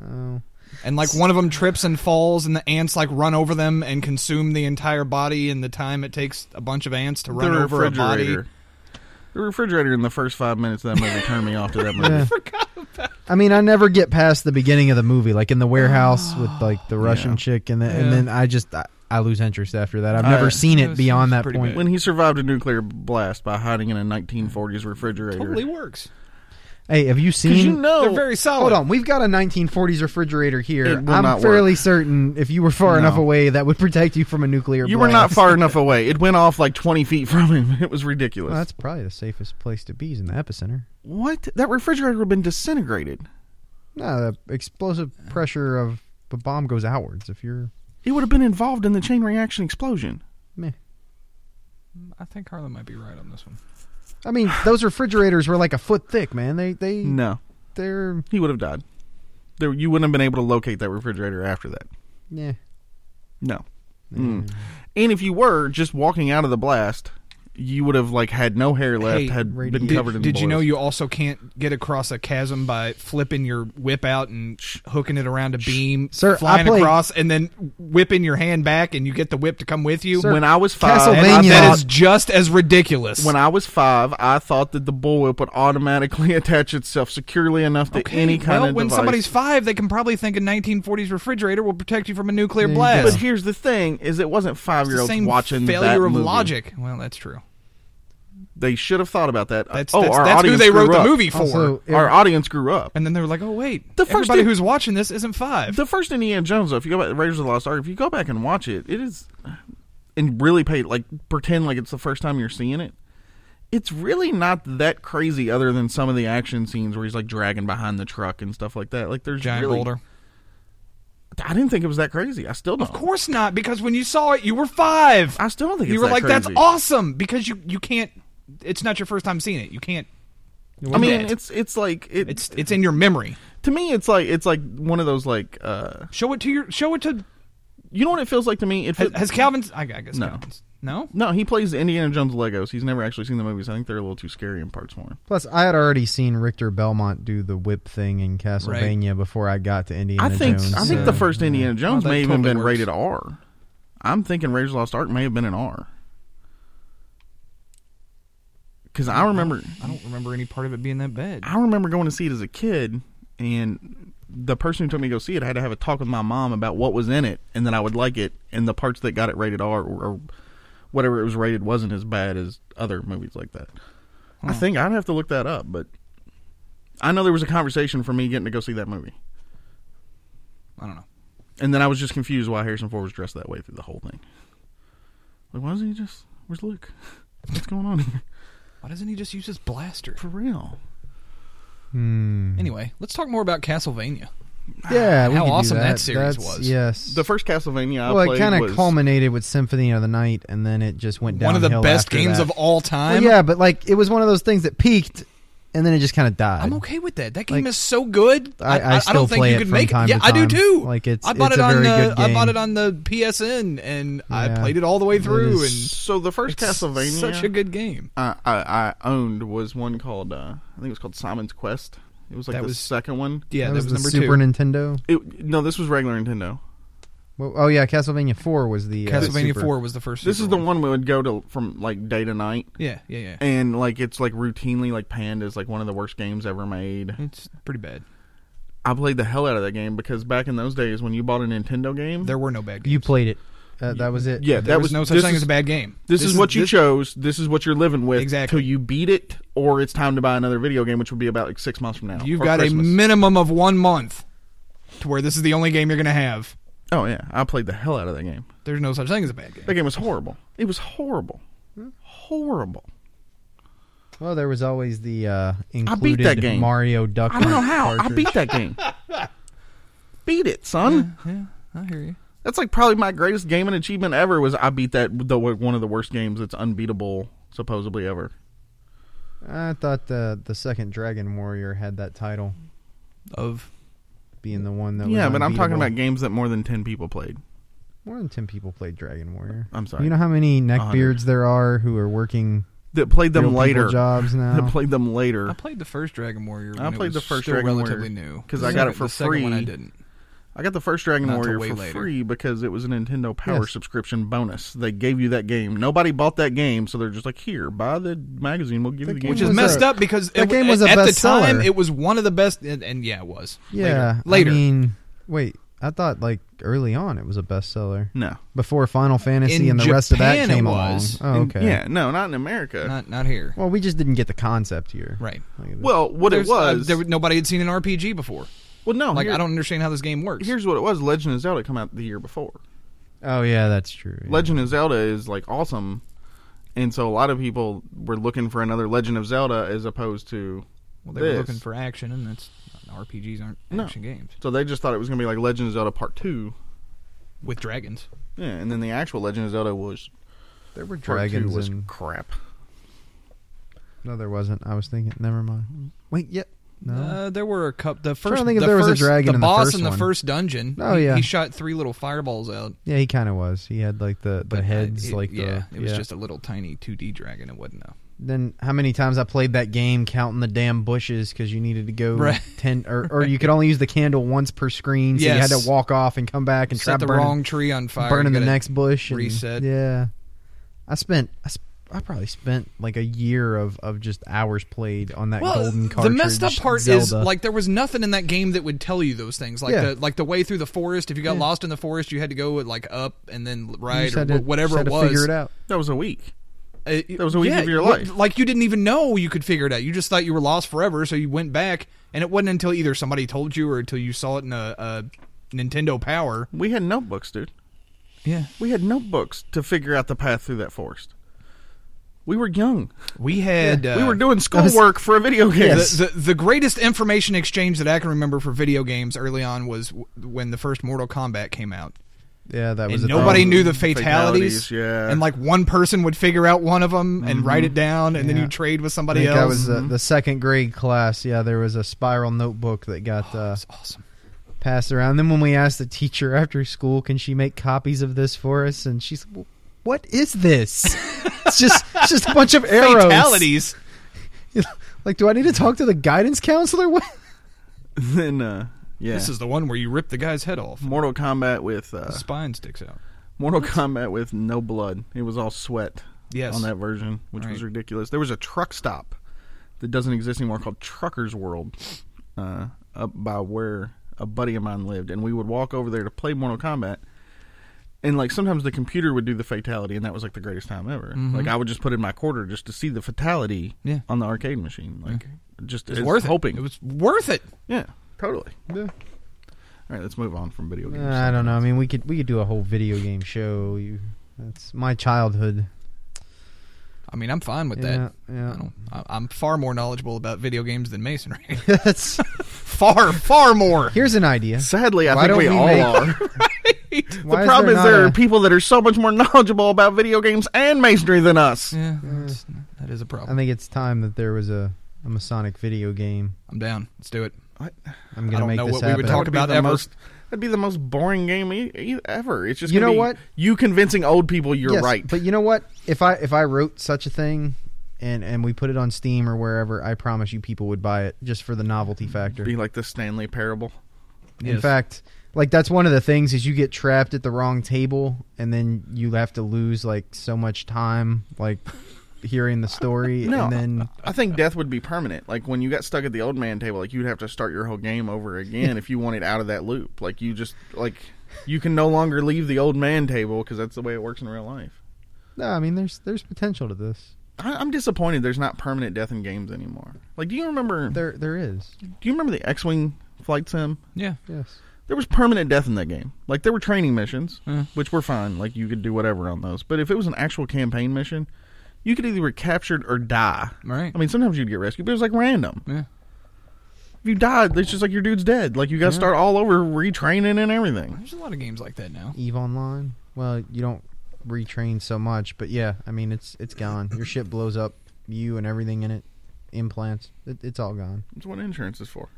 Oh.
and like one of them trips and falls, and the ants like run over them and consume the entire body in the time it takes a bunch of ants to run
the
over a body.
refrigerator. The refrigerator in the first five minutes of that movie turned me off to that movie.
Yeah. I mean, I never get past the beginning of the movie, like in the warehouse with like the Russian
Yeah.
chick, and, the,
Yeah.
and then I just I, I lose interest after that. I've
I-
never seen
it
it
was-
beyond
it was
that
pretty
point.
bad.
When he survived a nuclear blast by hiding in a 1940s refrigerator.
Totally works.
Hey, have you
Because
seen?
you know,
They're very solid.
Hold on, we've got a 1940s refrigerator here.
It will
I'm
not
fairly certain if you were far
No.
enough away, that would protect you from a nuclear.
you were
blast.
not far enough away. It went off like 20 feet from him. It was ridiculous.
Well, that's probably the safest place to be is in the epicenter.
what? That refrigerator would have been disintegrated.
No, the explosive pressure of the bomb goes outwards. If you're
It would have been involved in the chain reaction explosion.
meh.
I think Harlan might be right on this one.
I mean, those refrigerators were like a foot thick, man. They they
No,
they're
he would have died. There, you wouldn't have been able to locate that refrigerator after that.
yeah.
Hmm.
No. Mm. And if you were just walking out of the blast, you would have like had no hair left,
Hey,
had been
radiation.
covered in.
Did you know
boils.
you also can't get across a chasm by flipping your whip out and hooking it around a beam,
Sir, I
flying
played-
across, and then whipping your hand back, and you get the whip to come with you?
When I was five,
that
Castlevania-
I
that
thought-
is just as ridiculous.
when I was five, I thought that the bullwhip would automatically attach itself securely enough to
Okay,
any kind
well,
of
when
device.
somebody's five, they can probably think a 1940s refrigerator will protect you from a nuclear
There you
blast.
but
go.
here's the thing: is it wasn't five
It's
year
the
olds
same
watching
failure
that
of
movie.
logic. Well, that's true.
They should have thought about that.
That's
oh,
that's,
our
that's who
audience
they wrote
grew
the
up.
movie for.
Also, it-
Our audience grew up.
and then they were like, "Oh wait,
The first
everybody
thing-
who's watching this isn't five.
the first Indiana Jones, though, if you go back Raiders of the Lost Ark, if you go back and watch it, it is and really pay like pretend like it's the first time you're seeing it. It's really not that crazy, other than some of the action scenes where he's like dragging behind the truck and stuff like that. Like there's
Giant
really,
boulder.
I didn't think it was that crazy. I still don't.
Of course not, because when you saw it, you were five.
I still don't think
you
it's
were
that
like, "That's
crazy."
awesome," because you you can't. It's not your first time seeing it. You can't.
I mean,
that.
it's it's like it,
It's it's in your memory.
to me. It's like it's like one of those like uh,
Show it to your. Show it to.
you know what it feels like to me. It
Has,
feels,
has Calvin's? I, I guess
No.
Calvin's. No.
no, he plays Indiana Jones Legos. He's never actually seen the movies. I think they're a little too scary in parts for him.
Plus, I had already seen Richter Belmont do the whip thing in Castlevania before I got to Indiana
I think
Jones.
I think the first Indiana Jones
Well, that
may have even
totally
been
works.
rated R. I'm thinking Raiders of the Lost Ark may have been an R. Because I remember,
I don't remember any part of it being that bad.
I remember going to see it as a kid, and the person who took me to go see it, I had to have a talk with my mom about what was in it, and then I would like it, and the parts that got it rated R or, or whatever it was rated wasn't as bad as other movies like that. I think I'd have to look that up, but I know there was a conversation for me getting to go see that movie.
I don't know.
And then I was just confused why Harrison Ford was dressed that way through the whole thing. Like, why doesn't he just? Where's Luke? What's going on here?
Why doesn't he just use his blaster?
For real? Hmm.
Anyway, let's talk more about Castlevania.
yeah, we
How
could do
awesome that
that
series
That's-
was.
Yes,
The first Castlevania I
well, it
played
kind of
was
culminated with Symphony of the Night, and then it just went down.
One of the best games of all time.
Well, yeah, but like it was one of those things that peaked, and then it just kind of died.
I'm okay with that. That game
Like,
is so good.
I- I still
don't think
play
you
it
could
from
make
time
it. Yeah,
to
I do
time.
too.
Like, it's-
I bought
it's
it
a
on
very
the
good
I bought
game.
it on the PSN and I
Yeah.
played it all the way through
is
and
So the first
it's
Castlevania
such a good game.
I, I I owned was one called uh, I think it was called Simon's Quest. It was like
That
the
was-
second one.
Yeah,
that
that,
was,
was,
the Super
number two.
Nintendo.
It, no, this was regular Nintendo.
Well, oh yeah, Castlevania Four was the uh,
Castlevania
Super.
Four was the first.
This
Super
is the one we would go to from like day to night,
Yeah, yeah, yeah.
and like it's like routinely like panned as like one of the worst games ever made.
it's pretty bad.
I played the hell out of that game because back in those days when you bought a Nintendo game,
There were no bad games.
You played it. Uh, that was it.
yeah,
there
that
was, no such
this
thing
is-
as a bad game.
This, is, what you
this-
chose. This is what you're living with
Exactly.
till you beat it, or it's time to buy another video game, which will be about like six months from now.
You've
or
got
Christmas.
a minimum of one month to where this is the only game you're going to have.
oh yeah, I played the hell out of that game.
There's no such thing as a bad game.
That game was horrible. It was horrible, horrible.
Well, there was always the uh, included
beat that game.
Mario Duck.
I don't know
Hunt
how I
cartridge.
beat that game. beat it, son.
Yeah, I hear you.
That's like probably my greatest gaming achievement ever. Was I beat that the one of the worst games that's unbeatable supposedly ever.
I thought the the second Dragon Warrior had that title,
Of
being the one that.
yeah,
was
but I'm talking
unbeatable.
about games that more than ten people played.
more than ten people played Dragon Warrior.
I'm sorry.
You know how many neckbeards
100.
there are who are working
That played
real
them
people
later.
jobs now.
That played them later.
I played the first Dragon Warrior.
I
when it
played
was
the first
still
Dragon Warrior
relatively new
'cause
The
I got it
second-
for
the second one I
free.
didn't.
I got the first Dragon
Not till
Warrior
way
for
later.
free because it was a Nintendo Power
Yes.
subscription bonus. They gave you that game. Nobody bought that game, so they're just like, "Here, buy the magazine. We'll give
That game
you the game."
Which is
was
messed
a-
up because
that
it,
game was a
at the
bestseller.
time it was one of the best, and, and yeah, it was.
yeah,
later.
I mean, wait, I thought like early on it was a bestseller
no,
before Final Fantasy
In
and the rest of that
Japan it
came
was.
along. Oh,
And-
okay.
yeah, no, not in America.
not not here,
Well, we just didn't get the concept here.
right?
Like, it was-
well, what
There's-
it was,
uh, there, nobody had seen an RPG before.
well, no,
Like
here-
I don't understand how this game works.
Here's what it was: Legend of Zelda come out the year before.
oh yeah, that's true. yeah.
Legend of Zelda is like awesome, and so a lot of people were looking for another Legend of Zelda as opposed to
well, they
this.
were looking for action, and that's RPGs aren't
No.
action games
So they just thought it was going to be like Legend of Zelda Part Two.
with dragons.
Yeah, and then the actual Legend of Zelda was
There were
Part Two
dragons
was
and
crap.
no, there wasn't. I was thinking, never mind. Wait, yep.
Uh, there were a couple. The
Trying to
first,
think if
the
there was a
first-
dragon
the
in the
boss
first
in the
one.
first dungeon.
Oh,
he-
yeah.
he shot three little fireballs out.
Yeah, he kind of was. He had like the the
but uh,
heads,
it-
like the
yeah, it was just a little tiny 2D dragon. It wasn't a
then how many times I played that game counting the damn bushes because you needed to go
Right.
ten or, or you could only use the candle once per screen, so you had
Yes.
to walk off and come back and try
set the
burning,
wrong tree on fire.
burning
you
the
gotta-
next bush. And,
reset.
Yeah, I spent I, sp- I probably spent like a year of of just hours played on that
Well,
golden
the
cartridge.
messed up part is
Zelda.
like there was nothing in that game that would tell you those things. Like
Yeah.
the like the way through the forest. If you got
Yeah.
lost in the forest, you had to go like up and then
You
right
just
or
had to-
wh- whatever
just had
it
to
was.
Figure it out.
That was a week.
Uh,
That was a week
yeah,
of your
what-
life.
Like you didn't even know you could figure it out. You just thought you were lost forever, so you went back, and it wasn't until either somebody told you or until you saw it in a, a Nintendo Power.
We had notebooks, dude.
Yeah,
We had notebooks to figure out the path through that forest. We were young.
we had uh,
we were doing schoolwork for a video game.
Yes.
The, the, the greatest information exchange that I can remember for video games early on was w- when the first Mortal Kombat came out.
Yeah, that was
And
a
nobody
thing.
knew the fatalities.
Fatalities, yeah.
And like one person would figure out one of them and write it down, and
Mm-hmm.
then
Yeah.
you trade with
I
somebody
think
else.
I was uh, the second grade class. Yeah, there was a spiral notebook that got uh,
That's awesome.
passed around. then when we asked the teacher after school, can she make copies of this for us? And she's, "Well, what is this? it's just it's just a bunch of arrows.
Fatalities.
Like, do I need to talk to the guidance counselor? What?
then, uh, yeah,
This is the one where you rip the guy's head
Mm-hmm.
off.
Mortal Kombat with uh,
The spine sticks out.
Mortal Kombat with no blood. It was all sweat.
Yes.
on that version, which was
Right.
ridiculous. There was a truck stop that doesn't exist anymore called Truckers World, uh, up by where a buddy of mine lived, and we would walk over there to play Mortal Kombat. And like sometimes the computer would do the fatality, and that was like the greatest time ever. Like I would just put in my quarter just to see the fatality
Mm-hmm. Yeah.
on the arcade machine. Like just
It
it's
was worth
hoping.
it. It was worth it.
yeah, totally.
Yeah.
All right, let's move on from video games.
I don't know. I mean, we could we could do a whole video game show. You, that's my childhood.
I mean, I'm fine with
Yeah,
that.
yeah.
I don't, I, I'm far more knowledgeable about video games than masonry.
That's
far, far more.
here's an idea.
Sadly, I
Why
think
don't
we,
we
all
make-
are.
Why
the problem
there
is there
not
are
a-
people that are so much more knowledgeable about video games and masonry than us.
Yeah, that's- that is a problem.
I think it's time that there was a, a Masonic video game.
I'm down. Let's do it.
I'm
I
gonna
don't
make
know
this
what we
happen.
would talk
That'd
about
be the
ever.
most- that'd be the most boring game e- e- ever. It's just
You
gonna
know
be
what?
you convincing old people you're
Yes,
right.
But you know what? If I if I wrote such a thing and and we put it on Steam or wherever, I promise you people would buy it just for the novelty factor.
be like the Stanley Parable.
In fact, like that's one of the things is you get trapped at the wrong table and then you have to lose like so much time like hearing the story
No,
and then
I think death would be permanent. Like when you got stuck at the old man table, like you'd have to start your whole game over again if you wanted out of that loop. Like you just like you can no longer leave the old man table because that's the way it works in real life.
no, I mean there's there's potential to this.
I, I'm disappointed. There's not permanent death in games anymore. Like, do you remember?
There there is.
Do you remember the X-wing flight sim?
Yeah.
Yes.
there was permanent death in that game. Like there were training missions,
Hmm.
which were fine. Like you could do whatever on those. But if it was an actual campaign mission, you could either be captured or die.
Right.
I mean, sometimes you'd get rescued, but it was like random.
Yeah.
If you died, it's just like your dude's dead. Like you got to start all over, retraining and everything.
There's a lot of games like that now.
Eve Online. Well, you don't retrain so much, but yeah, I mean it's it's gone. Your shit blows up, you and everything in it, implants. It, it's all gone.
That's what insurance is for.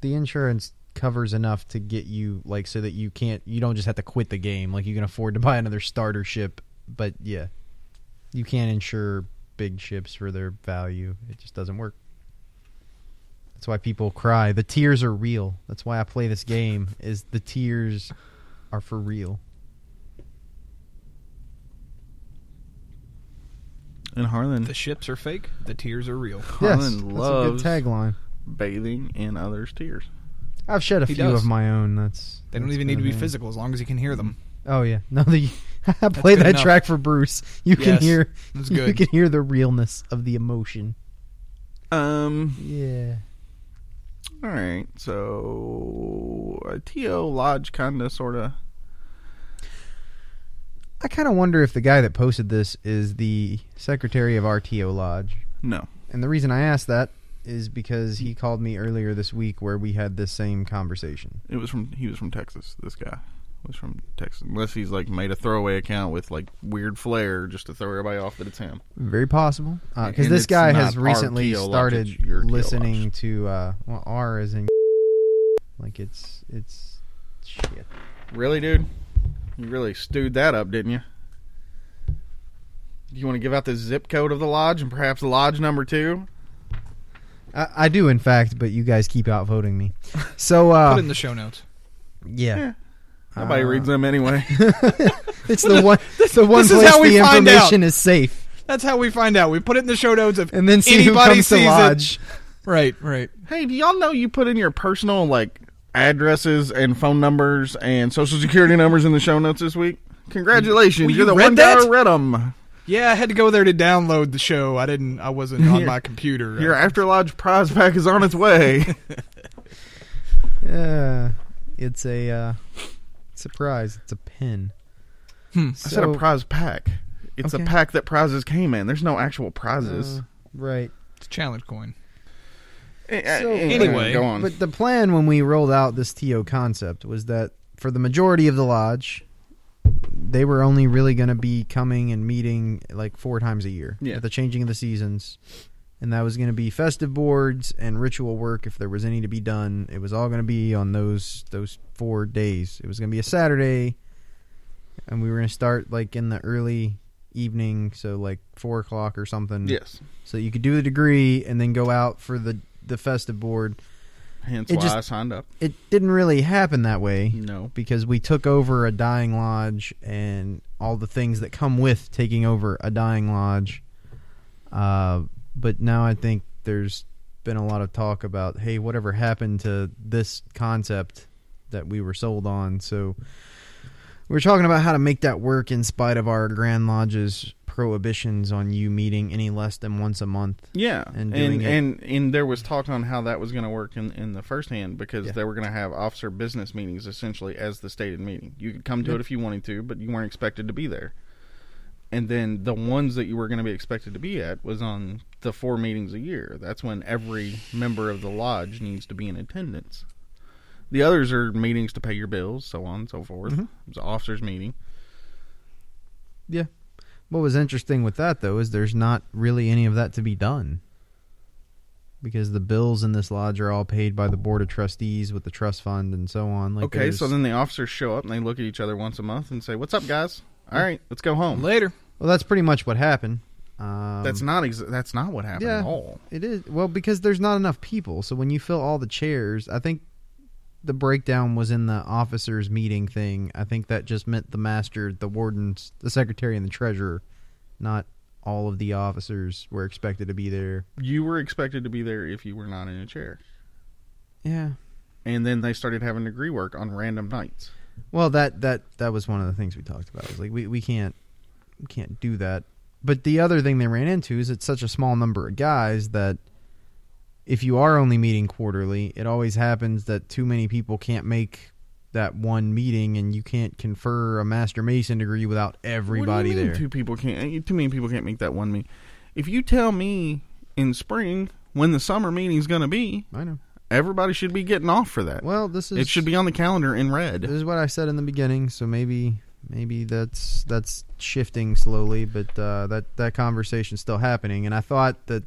The insurance covers enough to get you like so that you can't you don't just have to quit the game. Like you can afford to buy another starter ship, but yeah, you can't insure big ships for their value. It just doesn't work. That's why people cry. The tears are real. That's why I play this game. Is the tears are for real.
And Harlan,
The ships are fake. The tears are real.
Yes,
Harlan
that's a
loves
good tagline.
bathing in others' tears.
I've shed a
He
few
does.
of my own. That's
They don't
that's
even need to
been
be
a-
physical as long as you can hear them.
Oh yeah, no, the I played
good
that
enough.
track for Bruce. You can
Yes,
hear,
that's
you
good.
can hear the realness of the emotion.
Um.
Yeah,
All right. So, uh, To Lodge kinda sorta.
I kind of wonder if the guy that posted this is the secretary of RTO Lodge.
No.
And the reason I asked that is because he called me earlier this week where we had this same conversation.
It was from he was from Texas. This guy. was from Texas. Unless he's like made a throwaway account with like weird flair just to throw everybody off that it's him.
Very possible. Because
And
this
it's
guy
not
has recently
archaeologic,
started
you're
listening to uh, well, R is in like it's it's shit.
Really, dude? You really stewed that up, didn't you? Do you want to give out the zip code of the lodge and perhaps lodge number two?
I, I do in fact, but you guys keep outvoting me. So uh,
Put it in the show notes.
yeah,
Nobody
Uh,
reads them anyway.
it's the one it's the one
this is
place
how we
the
find out.
information is safe,
That's how we find out. We put it in the show notes of
and then see
Anybody
who comes to
sees it.
lodge.
right, right.
hey, do y'all know you put in your personal like addresses and phone numbers and social security numbers in the show notes this week? Congratulations,
Well, you
you're the
read
one guy
that?
who read them.
Yeah, I had to go there to download the show. I didn't. I wasn't on
Your-
my computer. Uh,
Your after lodge prize pack is on its way.
Uh, it's a uh, surprise. It's a pin.
Hmm.
I said a
So-
prize pack. It's
Okay.
a pack that prizes came in. There's no actual prizes.
uh, right.
It's a challenge coin.
Eh, eh,
so-
eh,
Anyway,
go on.
But the plan when we rolled out this TO concept was that for the majority of the lodge, they were only really going to be coming and meeting like four times a year
Yeah.
at the changing of the seasons. And that was going to be festive boards and ritual work if there was any to be done. It was all going to be on those those 4 days. It was going to be a Saturday and we were going to start like in the early evening, so like 4 o'clock or something.
yes,
So you could do the degree and then go out for the the festive board
hence
It
why
just-
I signed up.
it didn't really happen that way
No,
because we took over a dying lodge and all the things that come with taking over a dying lodge. Uh, but now I think there's been a lot of talk about hey, whatever happened to this concept that we were sold on? So we were talking about how to make that work in spite of our Grand Lodge's prohibitions on you meeting any less than once a month.
Yeah,
and
and
doing
and,
it.
and there was talk on how that was going to work in in the first hand because
Yeah.
they were going to have officer business meetings essentially as the stated meeting. You could come to it if you wanted to, but you weren't expected to be there. And then the ones that you were going to be expected to be at was on the four meetings a year. That's when every member of the lodge needs to be in attendance. The others are meetings to pay your bills, so on and so forth.
Mm-hmm.
It was an officers meeting.
What was interesting with that though is there's not really any of that to be done. Because the bills in this lodge are all paid by the board of trustees with the trust fund and so on. Like
okay, so
there's-
then the officers show up and they look at each other once a month and say, "What's up, guys? All right, let's go home."
Later.
well, that's pretty much what happened. Um,
That's not ex- that's not what happened
yeah.
at all.
it is well because there's not enough people. So when you fill all the chairs, I think the breakdown was in the officers meeting thing. I think that just meant the master, the wardens, the secretary, and the treasurer. Not all of the officers were expected to be there.
You were expected to be there if you were not in a chair.
Yeah,
And then they started having degree work on random nights.
Well, that that that was one of the things we talked about. Was like we, we can't we can't do that. But the other thing they ran into is it's such a small number of guys that if you are only meeting quarterly, it always happens that too many people can't make that one meeting, and you can't confer a master mason degree without everybody
what do you mean
there.
Two people can't. eh, Too many people can't make that one meeting. If you tell me in spring when the summer meeting's going to be,
I know.
everybody should be getting off for that.
Well, this is
it should be on the calendar in
This
red.
is what I said in the beginning, so maybe maybe that's that's shifting slowly, but uh, that that conversation's still happening. And I thought that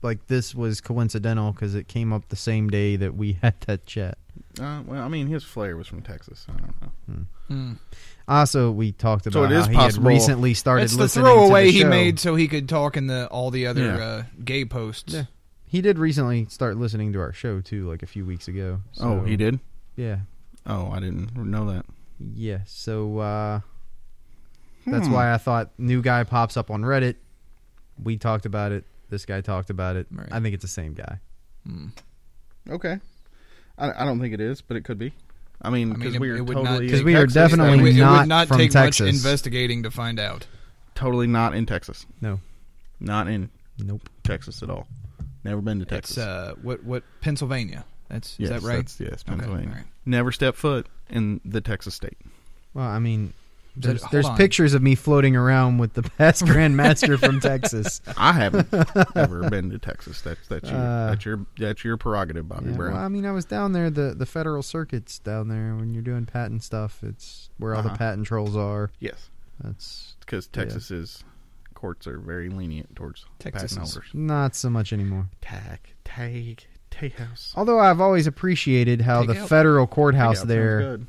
like this was coincidental because it came up the same day that we had that chat.
Uh, well, I mean, his flair was from Texas. I don't know.
Also, we talked about
So it is
how he had
possible-
recently started
It's the
listening
throwaway
to the
he
show.
made so he could talk in the all the other
Yeah.
uh, gay posts.
Yeah. He did recently start listening to our show too, like a few weeks ago. so-
oh, he did.
Yeah,
Oh, I didn't know that.
yeah. So uh, that's
Hmm.
why I thought new guy pops up on Reddit. We talked about it. This guy talked about it.
Right.
I think it's the same guy.
Okay. I, I don't think it is, but it could be. I mean,
I mean,
because
it-
we are
it would not
totally
take- 'Cause
we are
Texas, that
definitely
we-
It, would- it
not
would not
from
take
Texas.
much investigating to find out.
totally not in Texas.
No.
Not in
Nope.
Texas at all. Never been to Texas.
It's uh, what what Pennsylvania. That's
yes,
is that right?
that's- yes, Pennsylvania.
all right.
Never step foot in the Texas state.
Well, I mean,
There's,
There's pictures of me floating around with the past Grand Master from Texas.
I haven't ever been to Texas. That's that's your
Uh,
that's your that's your prerogative, Bobby
Yeah,
Brown.
well, I mean, I was down there. The the federal circuits down there when you're doing patent stuff. It's where all
Uh-huh.
the patent trolls are.
yes,
That's
because Texas is courts are very lenient towards
Texas
patent
is-
holders.
not so much anymore.
Tag tag tag house.
Although I've always appreciated how
Take
the
out-
federal courthouse
Yeah, sounds
there
good.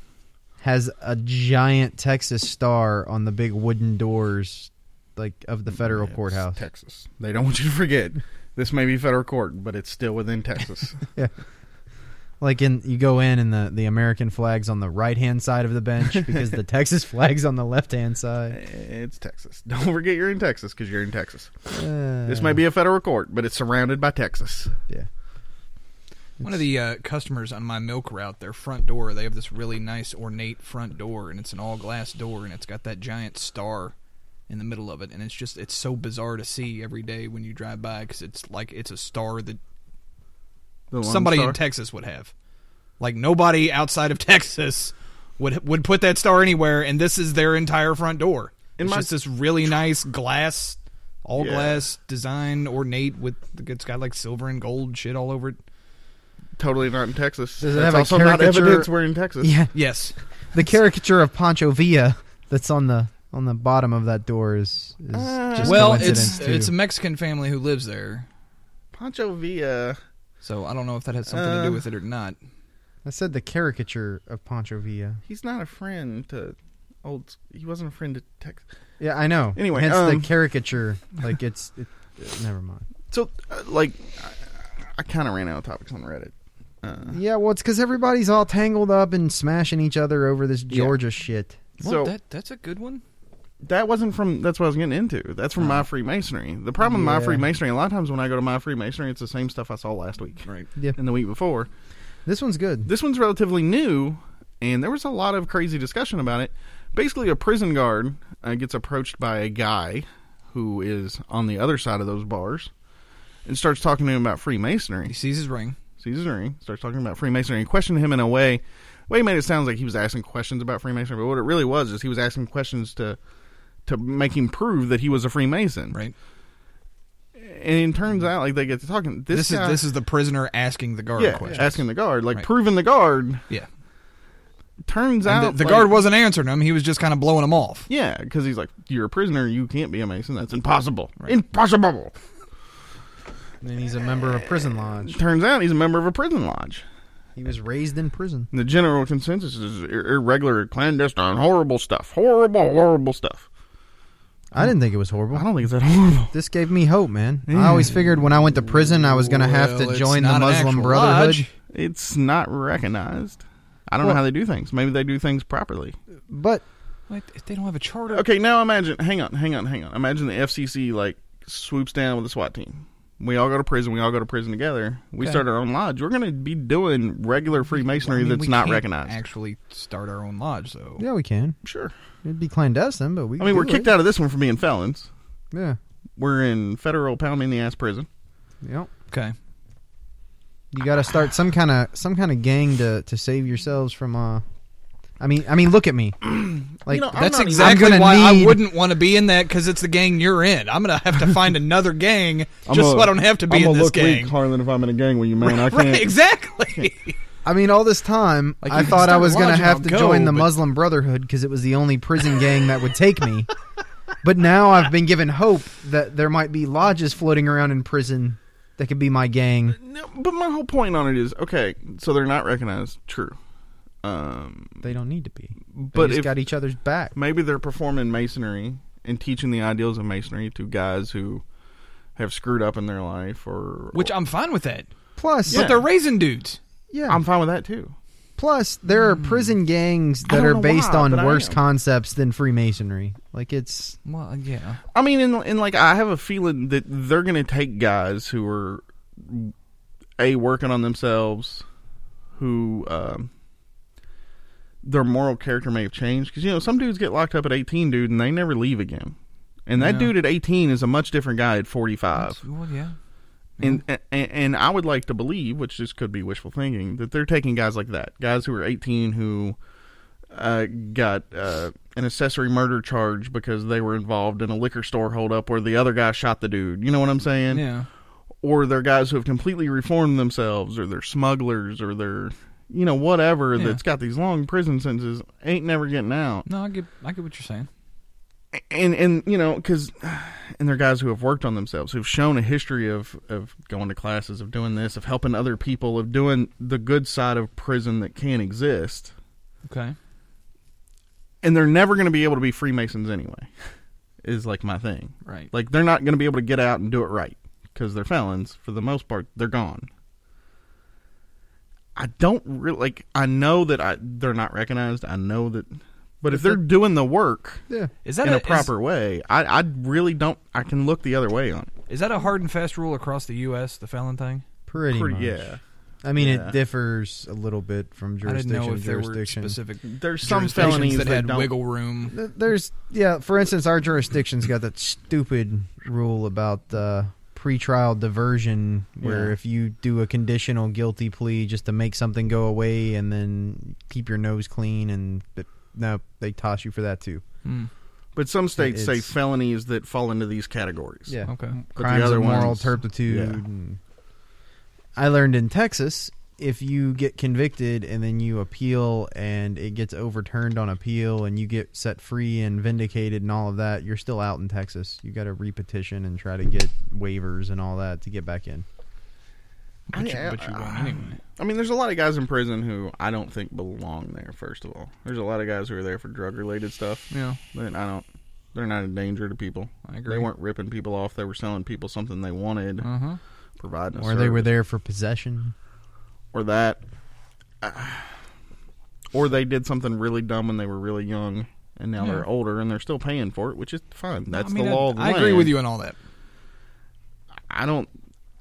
has a giant Texas star on the big wooden doors, like of the federal
It's
courthouse.
Texas. They don't want you to forget. This may be federal court, but it's still within Texas.
like in you go in and the the American flag's on the right hand side of the bench because the Texas flag's on the left hand side.
it's Texas. Don't forget you're in Texas because you're in Texas.
Uh,
This may be a federal court, but it's surrounded by Texas.
yeah.
One of the uh, customers on my milk route, their front door, they have this really nice ornate front door, and it's an all glass door, and it's got that giant star in the middle of it, and it's just it's so bizarre to see every day when you drive by because it's like it's a star that
The Lone
somebody
Star.
in Texas would have. Like nobody outside of Texas would would put that star anywhere, and this is their entire front door.
In
it's
my-
just this really nice glass, all
Yeah.
glass design, ornate with it's got like silver and gold shit all over it.
totally not in Texas.
Does it
That's
have a
also not
caricature-
evidence we're in Texas.
Yeah,
Yes,
the caricature of Pancho Villa that's on the on the bottom of that door is, is just
Uh, well,
coincidence
it's
too.
it's a Mexican family who lives there,
Pancho Villa.
so I don't know if that has something to
Uh,
do with it or not.
I said the caricature of Pancho Villa.
He's not a friend to old. He wasn't a friend to Texas.
Yeah, I know.
Anyway,
hence
um,
the caricature. Like it's it, never mind.
So, uh, like, I, I kind of ran out of topics on Reddit. Uh,
Yeah, well, it's because everybody's all tangled up and smashing each other over this Georgia shit.
so
that that's a good one.
that wasn't from. That's what I was getting into. That's from my Freemasonry. The problem with
Yeah.
my Freemasonry. A lot of times when I go to my Freemasonry, it's the same stuff I saw last week. Right.
Yeah.
And the week before.
This one's good.
This one's relatively new, and there was a lot of crazy discussion about it. Basically, a prison guard uh, gets approached by a guy who is on the other side of those bars and starts talking to him about Freemasonry.
He sees his ring.
sees his ring, starts talking about Freemasonry, and questioned him in a way. Way he made it sounds like he was asking questions about Freemasonry, but what it really was is he was asking questions to to make him prove that he was a Freemason.
Right.
And it turns out, like they get to talking. This,
This,
guy-
is this is the prisoner asking the guard
yeah,
question.
asking the guard, like
Right.
proving the guard.
Yeah.
Turns
And
out
the, the
like-
guard wasn't answering him. He was just kind of blowing him off.
Yeah, because he's like, you're a prisoner. You can't be a Mason. That's impossible. Impossible.
And he's a member of a prison lodge.
Turns out he's a member of a prison lodge.
He was raised in prison.
And the general consensus is ir- irregular, clandestine, horrible stuff. Horrible, horrible stuff.
I didn't think it was horrible.
I don't think it's that horrible.
This gave me hope, man. I always figured when I went to prison, I was going to have
Well,
to
it's
join the
not an
Muslim
actual
Brotherhood.
lodge.
It's not recognized. I don't
Well-
know how they do things. Maybe they do things properly.
But
Wait, they don't have a charter.
Okay, now imagine. Hang on, hang on, hang on. Imagine the FCC like swoops down with a SWAT team. We all go to prison. We all go to prison together. We
Okay.
start our own lodge. We're going to be doing regular Freemasonry
I mean,
that's
we
not
can't
recognized.
Actually, start our own lodge though.
yeah, we can.
sure.
It'd be clandestine, but we.
I mean, we're kicked out of this one for being felons.
Yeah.
We're in federal pound me in the ass prison.
Yep.
Okay.
You got to start some kind of some kind of gang to to save yourselves from. Uh, I mean, I mean, look at me. Like
You know, I'm not
That's
even-
exactly
I'm gonna
why I
need-
wouldn't want to be in that because it's the gang you're in. I'm gonna have to find another gang just so I don't have to be in this gang.
Harlan, if I'm in a gang with you, man. I
Right, exactly.
I mean, all this time
Like,
I
you can
thought I
start
was
lodging,
gonna have
I'll
to
go,
join the
but-
Muslim Brotherhood because it was the only prison gang that would take me. But now I've been given hope that there might be lodges floating around in prison that could be my gang.
No, but my whole point on it is okay. So they're not recognized. True. Um,
They don't need to be.
but
just
if
got each other's back.
maybe they're performing masonry and teaching the ideals of masonry to guys who have screwed up in their life, or
Which I'm fine with that.
Plus,
Yeah.
But they're raising dudes.
yeah.
I'm fine with that too.
Plus, there
Hmm.
are prison gangs
I
that
don't
are
know
based
why, but
on
I
worse
am.
concepts than Freemasonry. Like it's
Well, uh, yeah.
I mean, and, and like I have a feeling that they're gonna take guys who are a working on themselves, who um, their moral character may have changed because you know some dudes get locked up at eighteen, dude, and they never leave again. And that
Yeah.
dude at eighteen is a much different guy at forty five.
Well, yeah.
And, and
Mm-hmm.
and I would like to believe, which this could be wishful thinking, that they're taking guys like that, guys who are 18 who uh, got uh, an accessory murder charge because they were involved in a liquor store holdup where the other guy shot the dude. You know what I'm saying?
Yeah.
Or they're guys who have completely reformed themselves, or they're smugglers, or they're you know whatever
Yeah.
that's got these long prison sentences ain't never getting out.
No, I get I get what you're saying.
and and you know because and they're guys who have worked on themselves who've shown a history of of going to classes of doing this of helping other people of doing the good side of prison that can't exist
Okay.
and they're never going to be able to be freemasons anyway is like my thing
Right.
like they're not going to be able to get out and do it right because they're felons for the most part they're gone i don't really like i know that i they're not recognized i know that but if they're doing the work
Yeah.
Is that
in a,
is-
proper way. I, I really don't. I can look the other way on it.
Is, that a hard and fast rule across the U.S. the felon thing?
Pretty
Pretty-
much.
yeah,
I mean,
Yeah.
it differs a little bit from
I
jurisdiction
didn't know
to
if there were
jurisdiction.
specific
there's some
jurisdictions
felonies
that had
don't.
wiggle room.
Th- There's yeah. For instance, our jurisdiction's got that stupid rule about uh, pretrial diversion, where
Yeah.
if you do a conditional guilty plea just to make something go away, and then keep your nose clean, and but, no, they toss you for that too.
Hmm.
But some states say
It's-
felonies that fall into these categories.
Yeah.
Okay.
But the
crimes
other
of moral
ones-
turpitude.
yeah.
and- I learned in Texas if you get convicted and then you appeal and it gets overturned on appeal and you get set free and vindicated and all of that, you're still out in Texas. You got to repetition and try to get waivers and all that to get back in.
But you,
I-
but you won't
I-
anyway.
I mean, there's a lot of guys in prison who I don't think belong there. First of all, there's a lot of guys who are there for drug related stuff.
Yeah,
That I don't. They're not a danger to people.
I agree.
They weren't ripping people off. They were selling people something they wanted,
Uh huh.
providing. a
Or they were
service.
there for possession.
or that, uh, or they did something really dumb when they were really young, and now
Yeah.
they're older and they're still paying for it, which is fine. That's
Hmm. I mean,
the
I-
law. of the
I, agree
land.
with you on all that.
I don't.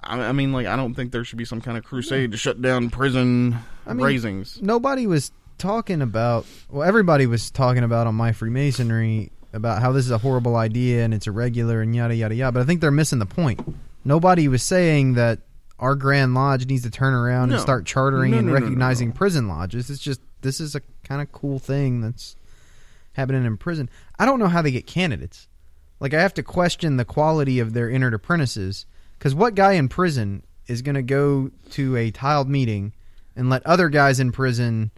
I I mean, like, I don't think there should be some kind of crusade to shut down prison
I mean-
raisings.
nobody was talking about well everybody was talking about on my freemasonry about how this is a horrible idea and it's irregular and yada yada yada but i think they're missing the point nobody was saying that our grand lodge needs to turn around
No.
and start chartering
No,
and
no, no, no,
recognizing
no.
prison lodges it's just this is a kind of cool thing that's happening in prison i don't know how they get candidates like i have to question the quality of their entered apprentices because what guy in prison is going to go to a tiled meeting and let other guys in prison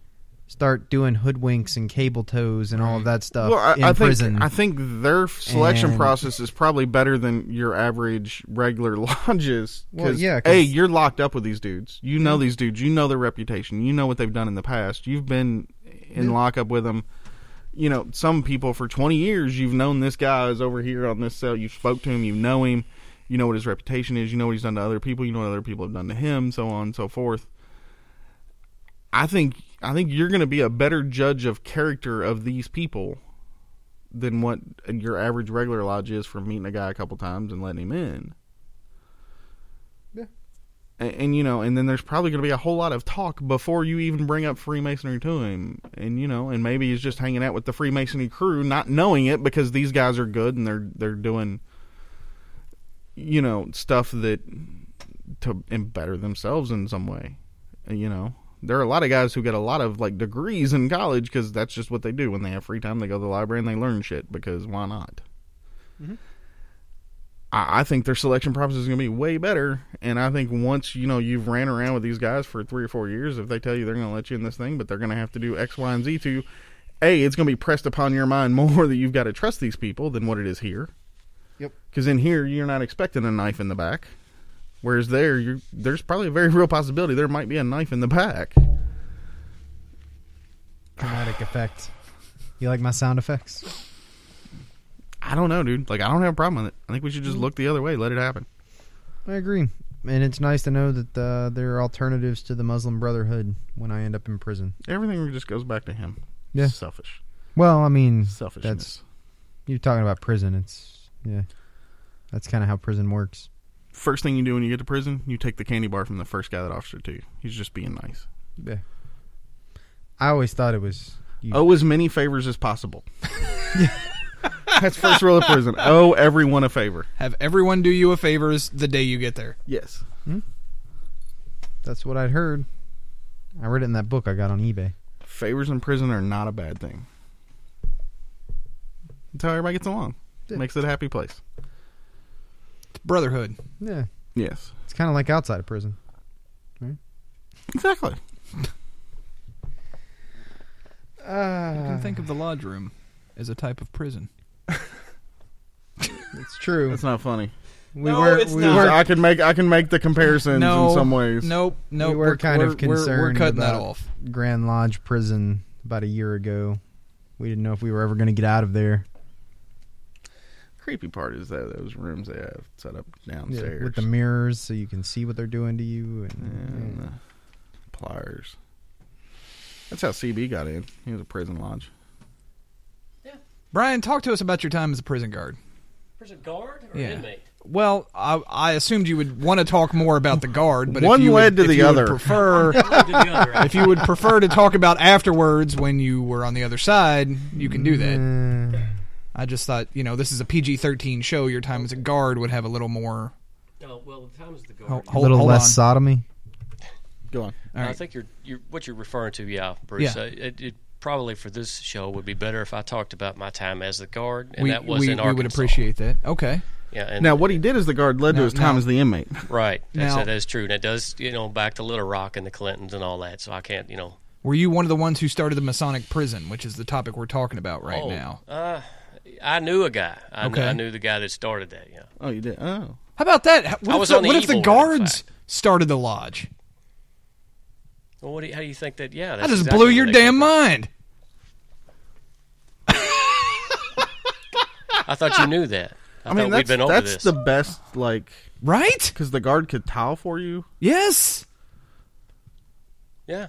start doing hoodwinks and cable toes and all of that stuff
Well, I,
in
I think
prison.
I think their selection
And-
process is probably better than your average regular lodges.
Well, yeah, 'cause-
hey, you're locked up with these dudes. You know these dudes. You know their reputation. You know what they've done in the past. You've been in lockup with them. You know some people for 20 years. You've known this guy is over here on this cell. You spoke to him. You know him. You know what his reputation is. You know what he's done to other people. You know what other people have done to him. So on and so forth. I think I think you're going to be a better judge of character of these people than what your average regular lodge is for meeting a guy a couple times and letting him in.
Yeah.
And, and you know, and then there's probably going to be a whole lot of talk before you even bring up Freemasonry to him, and you know, and maybe he's just hanging out with the Freemasonry crew, not knowing it because these guys are good and they're they're doing, you know, stuff that to and better themselves in some way, you know. There are a lot of guys who get a lot of like degrees in college because that's just what they do when they have free time. They go to the library and they learn shit because why not? I, I think their selection process is going to be way better. And I think once you know you've ran around with these guys for three or four years, if they tell you they're going to let you in this thing, but they're going to have to do X, Y, and Z to, a, it's going to be pressed upon your mind more that you've got to trust these people than what it is here.
Yep.
Because in here you're not expecting a knife in the back, whereas there you there's probably a very real possibility there might be a knife in the back.
Dramatic effect. You like my sound effects?
I don't know, dude. Like I don't have a problem with it. I think we should just look the other way, let it happen.
I agree. And it's nice to know that uh, there are alternatives to the Muslim Brotherhood when I end up in prison.
Everything just goes back to him.
Yeah.
Selfish.
Well, I mean,
Selfishness.
that's you're talking about prison. It's yeah, that's kind of how prison works.
first thing you do when you get to prison, you take the candy bar from the first guy that officer to you. He's just being nice.
Yeah. I always thought it was. You,
Owe as many favors as possible. That's first rule of prison. Owe everyone a favor.
Have everyone do you a favors the day you get there.
Yes.
that's what I'd heard. I read it in that book I got on eBay.
Favors in prison are not a bad thing. That's how everybody gets along.
Yeah.
Makes it a happy place.
It's brotherhood.
Yeah,
Yes.
it's kind of like outside of prison.
Exactly.
You can
Uh,
think of the lodge room as a type of prison.
it's true.
That's not funny.
we
No,
were
it's
we
not.
were
I can make I can make the comparisons in some ways.
Nope, nope.
We were kind of
we're- We're,
concerned
cutting that
about-
off.
Grand Lodge prison about a year ago. We didn't know if we were ever going to get out of there
Creepy part is that those rooms they have set up
Yeah,
downstairs
with the mirrors, so you can see what they're doing to you. And,
and uh, pliers. That's how CB got in. He was a prison lodge.
Brian, talk to us about your time as a prison guard.
Prison guard or
Yeah.
inmate?
Well, I, I assumed you would want to talk more about the guard, but
One
if you
led
would,
to
if
the
you would
other.
prefer,
One to the other, I
if you would prefer to talk about afterwards when you were on the other side, you can do that.
Uh,
Mm.
I just thought, you know, this is a PG thirteen show. Your time as a guard would have a little more.
No, well, the time is the guard.
Hold,
a
hold,
little
hold
less
on.
sodomy.
Go on.
All
I
right.
think you're, you're what you're referring to, yeah, Bruce.
Yeah.
Uh, it, it probably for this show would be better if I talked about my time as the guard, and
we,
that was
we,
in
we
Arkansas.
would appreciate that. Okay.
Yeah, and
Now what he did as the guard led
Now-
to his time
now-
as the inmate.
right. That's,
Now-
that is true, and it does you know back to Little Rock and the Clintons and all that. So I can't you know.
Were you one of the ones who started the Masonic prison, which is the topic we're talking about right
oh,
now?
uh, I knew a guy. I, kn-
Okay.
I knew the guy that started that. Yeah,
Oh, you did. Oh,
How about that? How- What,
I
if,
was
the,
on the
what if the
evil one, in
guards
fact.
started the lodge?
Well, what do you, how do you think that? Yeah,
I
that's
just
exactly
blew
where
your
they
damn
came from.
mind.
I thought you knew that. I,
I mean
thought we'd
that's
been over
that's
this.
the best like
Right?
because the guard could tile for you.
Yes.
yeah,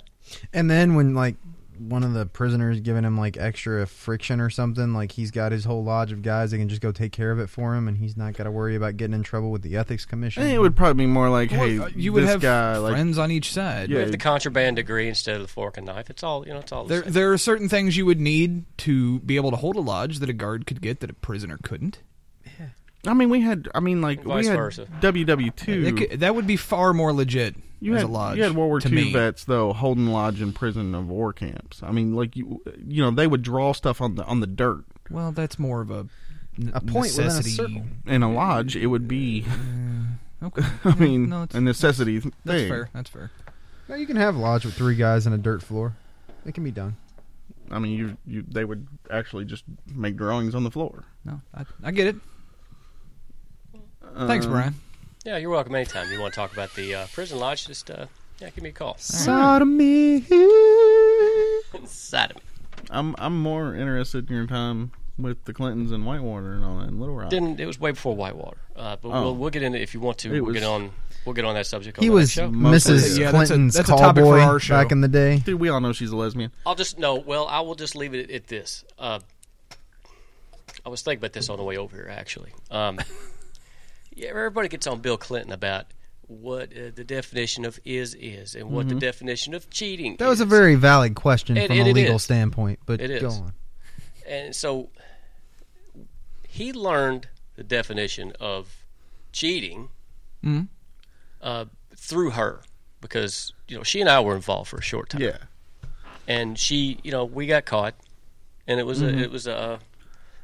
And then when like one of the prisoners giving him like extra friction or something, like he's got his whole lodge of guys that can just go take care of it for him, and he's not got to worry about getting in trouble with the ethics commission.
And it would probably be more like, hey,
Well, uh, you would
this
have
guy like
friends on each side.
Yeah.
with the contraband degree instead of the fork and knife. It's all you know. It's all the
There,
same.
there are certain things you would need to be able to hold a lodge that a guard could get that a prisoner couldn't.
I mean, we had. I mean, like
Vice
we had
versa.
WW
That,
two.
could- that would be far more legit
You
as
had
a lodge.
you had World War
to
II
me.
vets though holding lodge in prison of war camps. I mean, like you, you know, they would draw stuff on the on the dirt
Well, that's more of a n-
A point within a
necessity.
circle.
in a lodge. It would be,
Okay.
I mean,
no, it's-
a necessity thing.
That's fair. That's fair.
No, you can have lodge with three guys and a dirt floor. It can be done.
I mean, you you they would actually just make drawings on the floor.
No, I, I get it. Thanks,
Um,
Brian.
Yeah, you're welcome anytime. You want to talk about the uh, prison lodge? Just uh, yeah, give me a call.
Sodomy.
Inside of me.
I'm I'm more interested in your time with the Clintons and Whitewater and all that and Little Rock.
Didn't it was way before Whitewater. Uh, but
Oh.
we'll, we'll get into it if you want to.
It
we'll
was-
get on. We'll get on that subject. On
He
another
was
Show.
Mrs.
Yeah, that's a-
Clinton's
that's a
call
topic for
boy
our show.
back in the day.
Dude, we all know she's a lesbian.
I'll just no. Well, I will just leave it at this. Uh, I was thinking about this on the way over here, actually. Um, yeah, everybody gets on Bill Clinton about what uh, the definition of is is and what the definition of cheating.
Mm-hmm. That was a
is.
very valid question
It-
from
it-
a
it
legal
is.
standpoint, but
It is.
go on.
and so he learned the definition of cheating
Mm-hmm.
Mhm.
uh, through her because you know she and I were involved for a short time,
Yeah,
and she you know we got caught, and it was
Mm-hmm.
a, it was a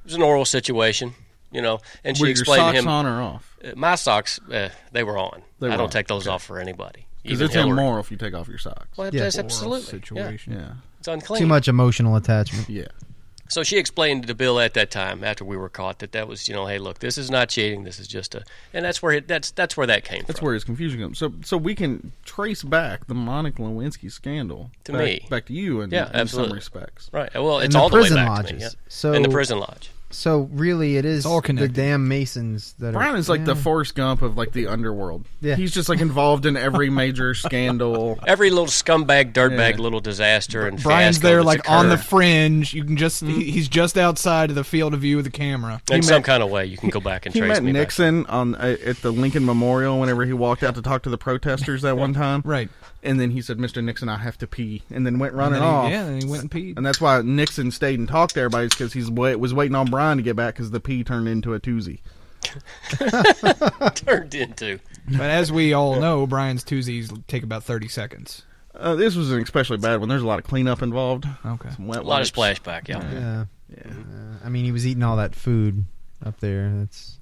it was an oral situation, you know, and she
were your
explained
socks
to him
on or off?
uh, my socks uh, they were on.
They
I
were
don't
on,
take those off for anybody.
Because
even
it's
Hillary.
immoral if you take off your socks.
Well,
Yeah.
that's
Oral
absolutely yeah.
situation.
Yeah,
It's unclean.
Too much emotional attachment.
yeah.
So she explained to Bill at that time, after we were caught, that that was, you know, hey, look, this is not cheating. This is just a, and that's where it, that's that's where that came
That's
from.
where his confusion comes. So, so we can trace back the Monica Lewinsky scandal
To
back,
me.
back to you in,
Yeah,
in some
absolutely.
respects.
right. Well, it's
the
all the way
prison
back to me.
lodges.
Yeah.
So-
in the prison lodge,
So really, it is
all
the
connected.
damn Masons that
Brown
are.
is like the Forrest Gump of like the underworld.
Yeah.
he's just like involved in every major scandal.
every little scumbag, dirtbag,
Yeah.
little disaster, and
Brian's
fiasco
there,
that's
like on the
occurred
fringe. You can just
Mm-hmm.
he, he's just outside of the field of view of the camera.
in some kind of way. You can go back and
He
trace
met
me back.
Nixon on uh, at the Lincoln Memorial whenever he walked out to talk to the protesters that one time.
Right.
and then he said, "Mr. Nixon, I have to pee," and then went running
And then
off.
he, yeah, and he went and peed.
And that's why Nixon stayed and talked to everybody because he's wait, was waiting on Brian to get back because the pee turned into a toozy.
Turned into
But as we all know, Brian's twosies take about thirty seconds.
Uh, this was an especially bad one. There's a lot of cleanup involved.
Okay.
Some wet
a lot
wipes.
of splashback. Yeah.
Yeah.
Yeah.
Uh, I mean, he was eating all that food up there. That's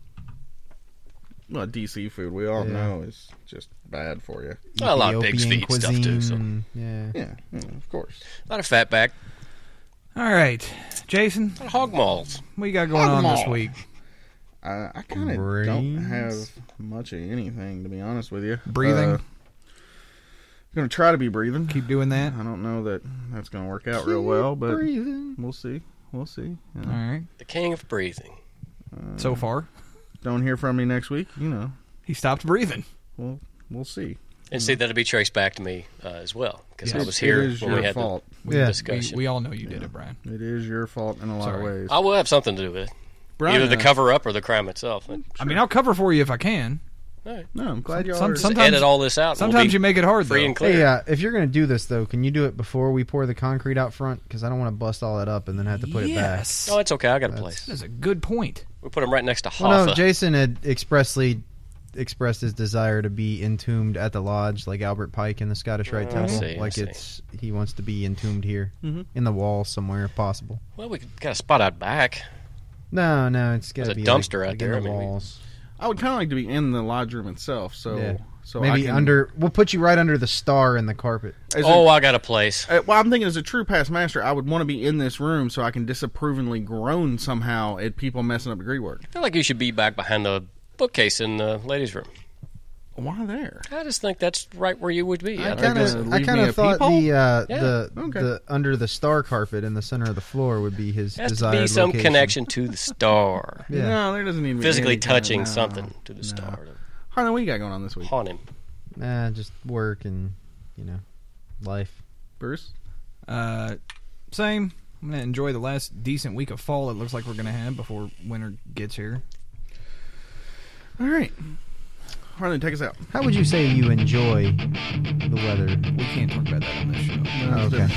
Well, DC food we all
Yeah.
know is just bad for you.
Well, a lot of big
Ethiopian
feed stuff, too, so-
cuisine, Yeah.
Yeah, yeah, of course.
Not a fatback.
All right, Jason,
Not hog mauls.
what you got going on this week?
I, I kind of don't
Brains?
have much of anything to be honest with you.
Breathing.
Uh, gonna try to be breathing.
Keep doing that.
Uh-huh.
I don't know that that's gonna work out real well, but we'll see. We'll see. Yeah.
All right.
The king of breathing.
So far,
Don't hear from me next week. You know,
he stopped breathing.
we'll we'll see.
And see, that'll be traced back to me uh, as well because I
It-
was here
It is
when
your
we had
fault.
We,
Yeah.
we,
discussion.
we all know you did it, Brian.
It is your fault in a lot
Sorry.
of ways.
the. I will have something to do with it.
Brian,
Either the
uh,
cover up or the crime itself. But
I mean, I'll cover for you if I can.
No, I'm glad y'all.
Some,
are-
sometimes
edit all this out. and we'll
sometimes
be
you make it hard,
free
though.
and clear.
Hey, uh, if you're gonna do this though, can you do it before we pour the concrete out front? Because I don't want to bust all that up and then have to put
yes.
Oh, it's okay. I got a place.
That's a good point.
We put them right next to
it back. Well, no,
Hoffa.
Jason had expressly expressed his desire to be entombed at the lodge, like Albert Pike in the Scottish Rite Temple.
see, Mm-hmm. I
like
see.
it's he wants to be entombed here
Mm-hmm.
in the wall somewhere, if possible.
well, we got a spot out back.
No, no, it's gotta
There's a
be
dumpster
like,
out
like
there, I
In the
mean, we-
walls.
I would kind of like to be in the lodge room itself. So,
Yeah.
so I
Maybe
can-
under. We'll put you right under the star in the carpet.
as a-
Oh, I got a place.
Uh, well, I'm thinking as a true past master, I would want to be in this room so I can disapprovingly groan somehow at people messing up degree work.
I feel like you should be back behind the bookcase in the ladies' room.
Why there?
I just think that's right where you would be. I,
I
think
kind
kinda-
that's-
of,
leave
I
me
kind
a
of thought
peephole?
the uh,
Yeah,
the
okay.
the under the star carpet in the center of the floor would be his
has to
desired
be some
location.
connection to the star.
Yeah.
No, there doesn't need to be
Physically
any kind of-
touching
no.
something to the star
Harlan, what you got going on this
to
week,
haunt him.
Nah, Eh, just work and you know, life.
Bruce?
Uh, same. I'm gonna enjoy the last decent week of fall. It looks like we're gonna have before winter gets here.
All right, Harlan, take us out.
How would you say you enjoy the weather?
We can't talk about that on this show.
okay.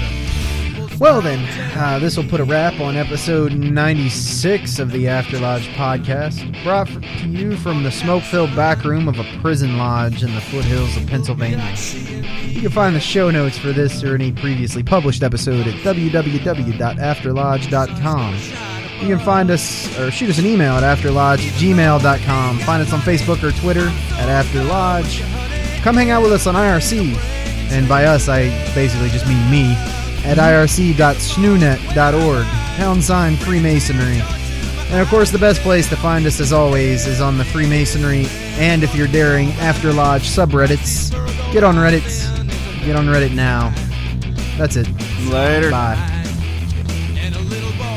Well then, uh, this will put a wrap on episode 96 of the After Lodge podcast, brought f- to you from the smoke-filled back room of a prison lodge in the foothills of Pennsylvania. You can find the show notes for this or any previously published episode at www.afterlodge.com. You can find us or shoot us an email at afterlodge@gmail.com. Find us on Facebook or Twitter at afterlodge. Come hang out with us on IRC, and by us I basically just mean me at irc.snoonet.org. Pound sign Freemasonry. And of course, the best place to find us, as always, is on the Freemasonry and, if you're daring, After Lodge subreddits. Get on Reddit. Get on Reddit now. That's it.
Later.
Bye.
and a little boy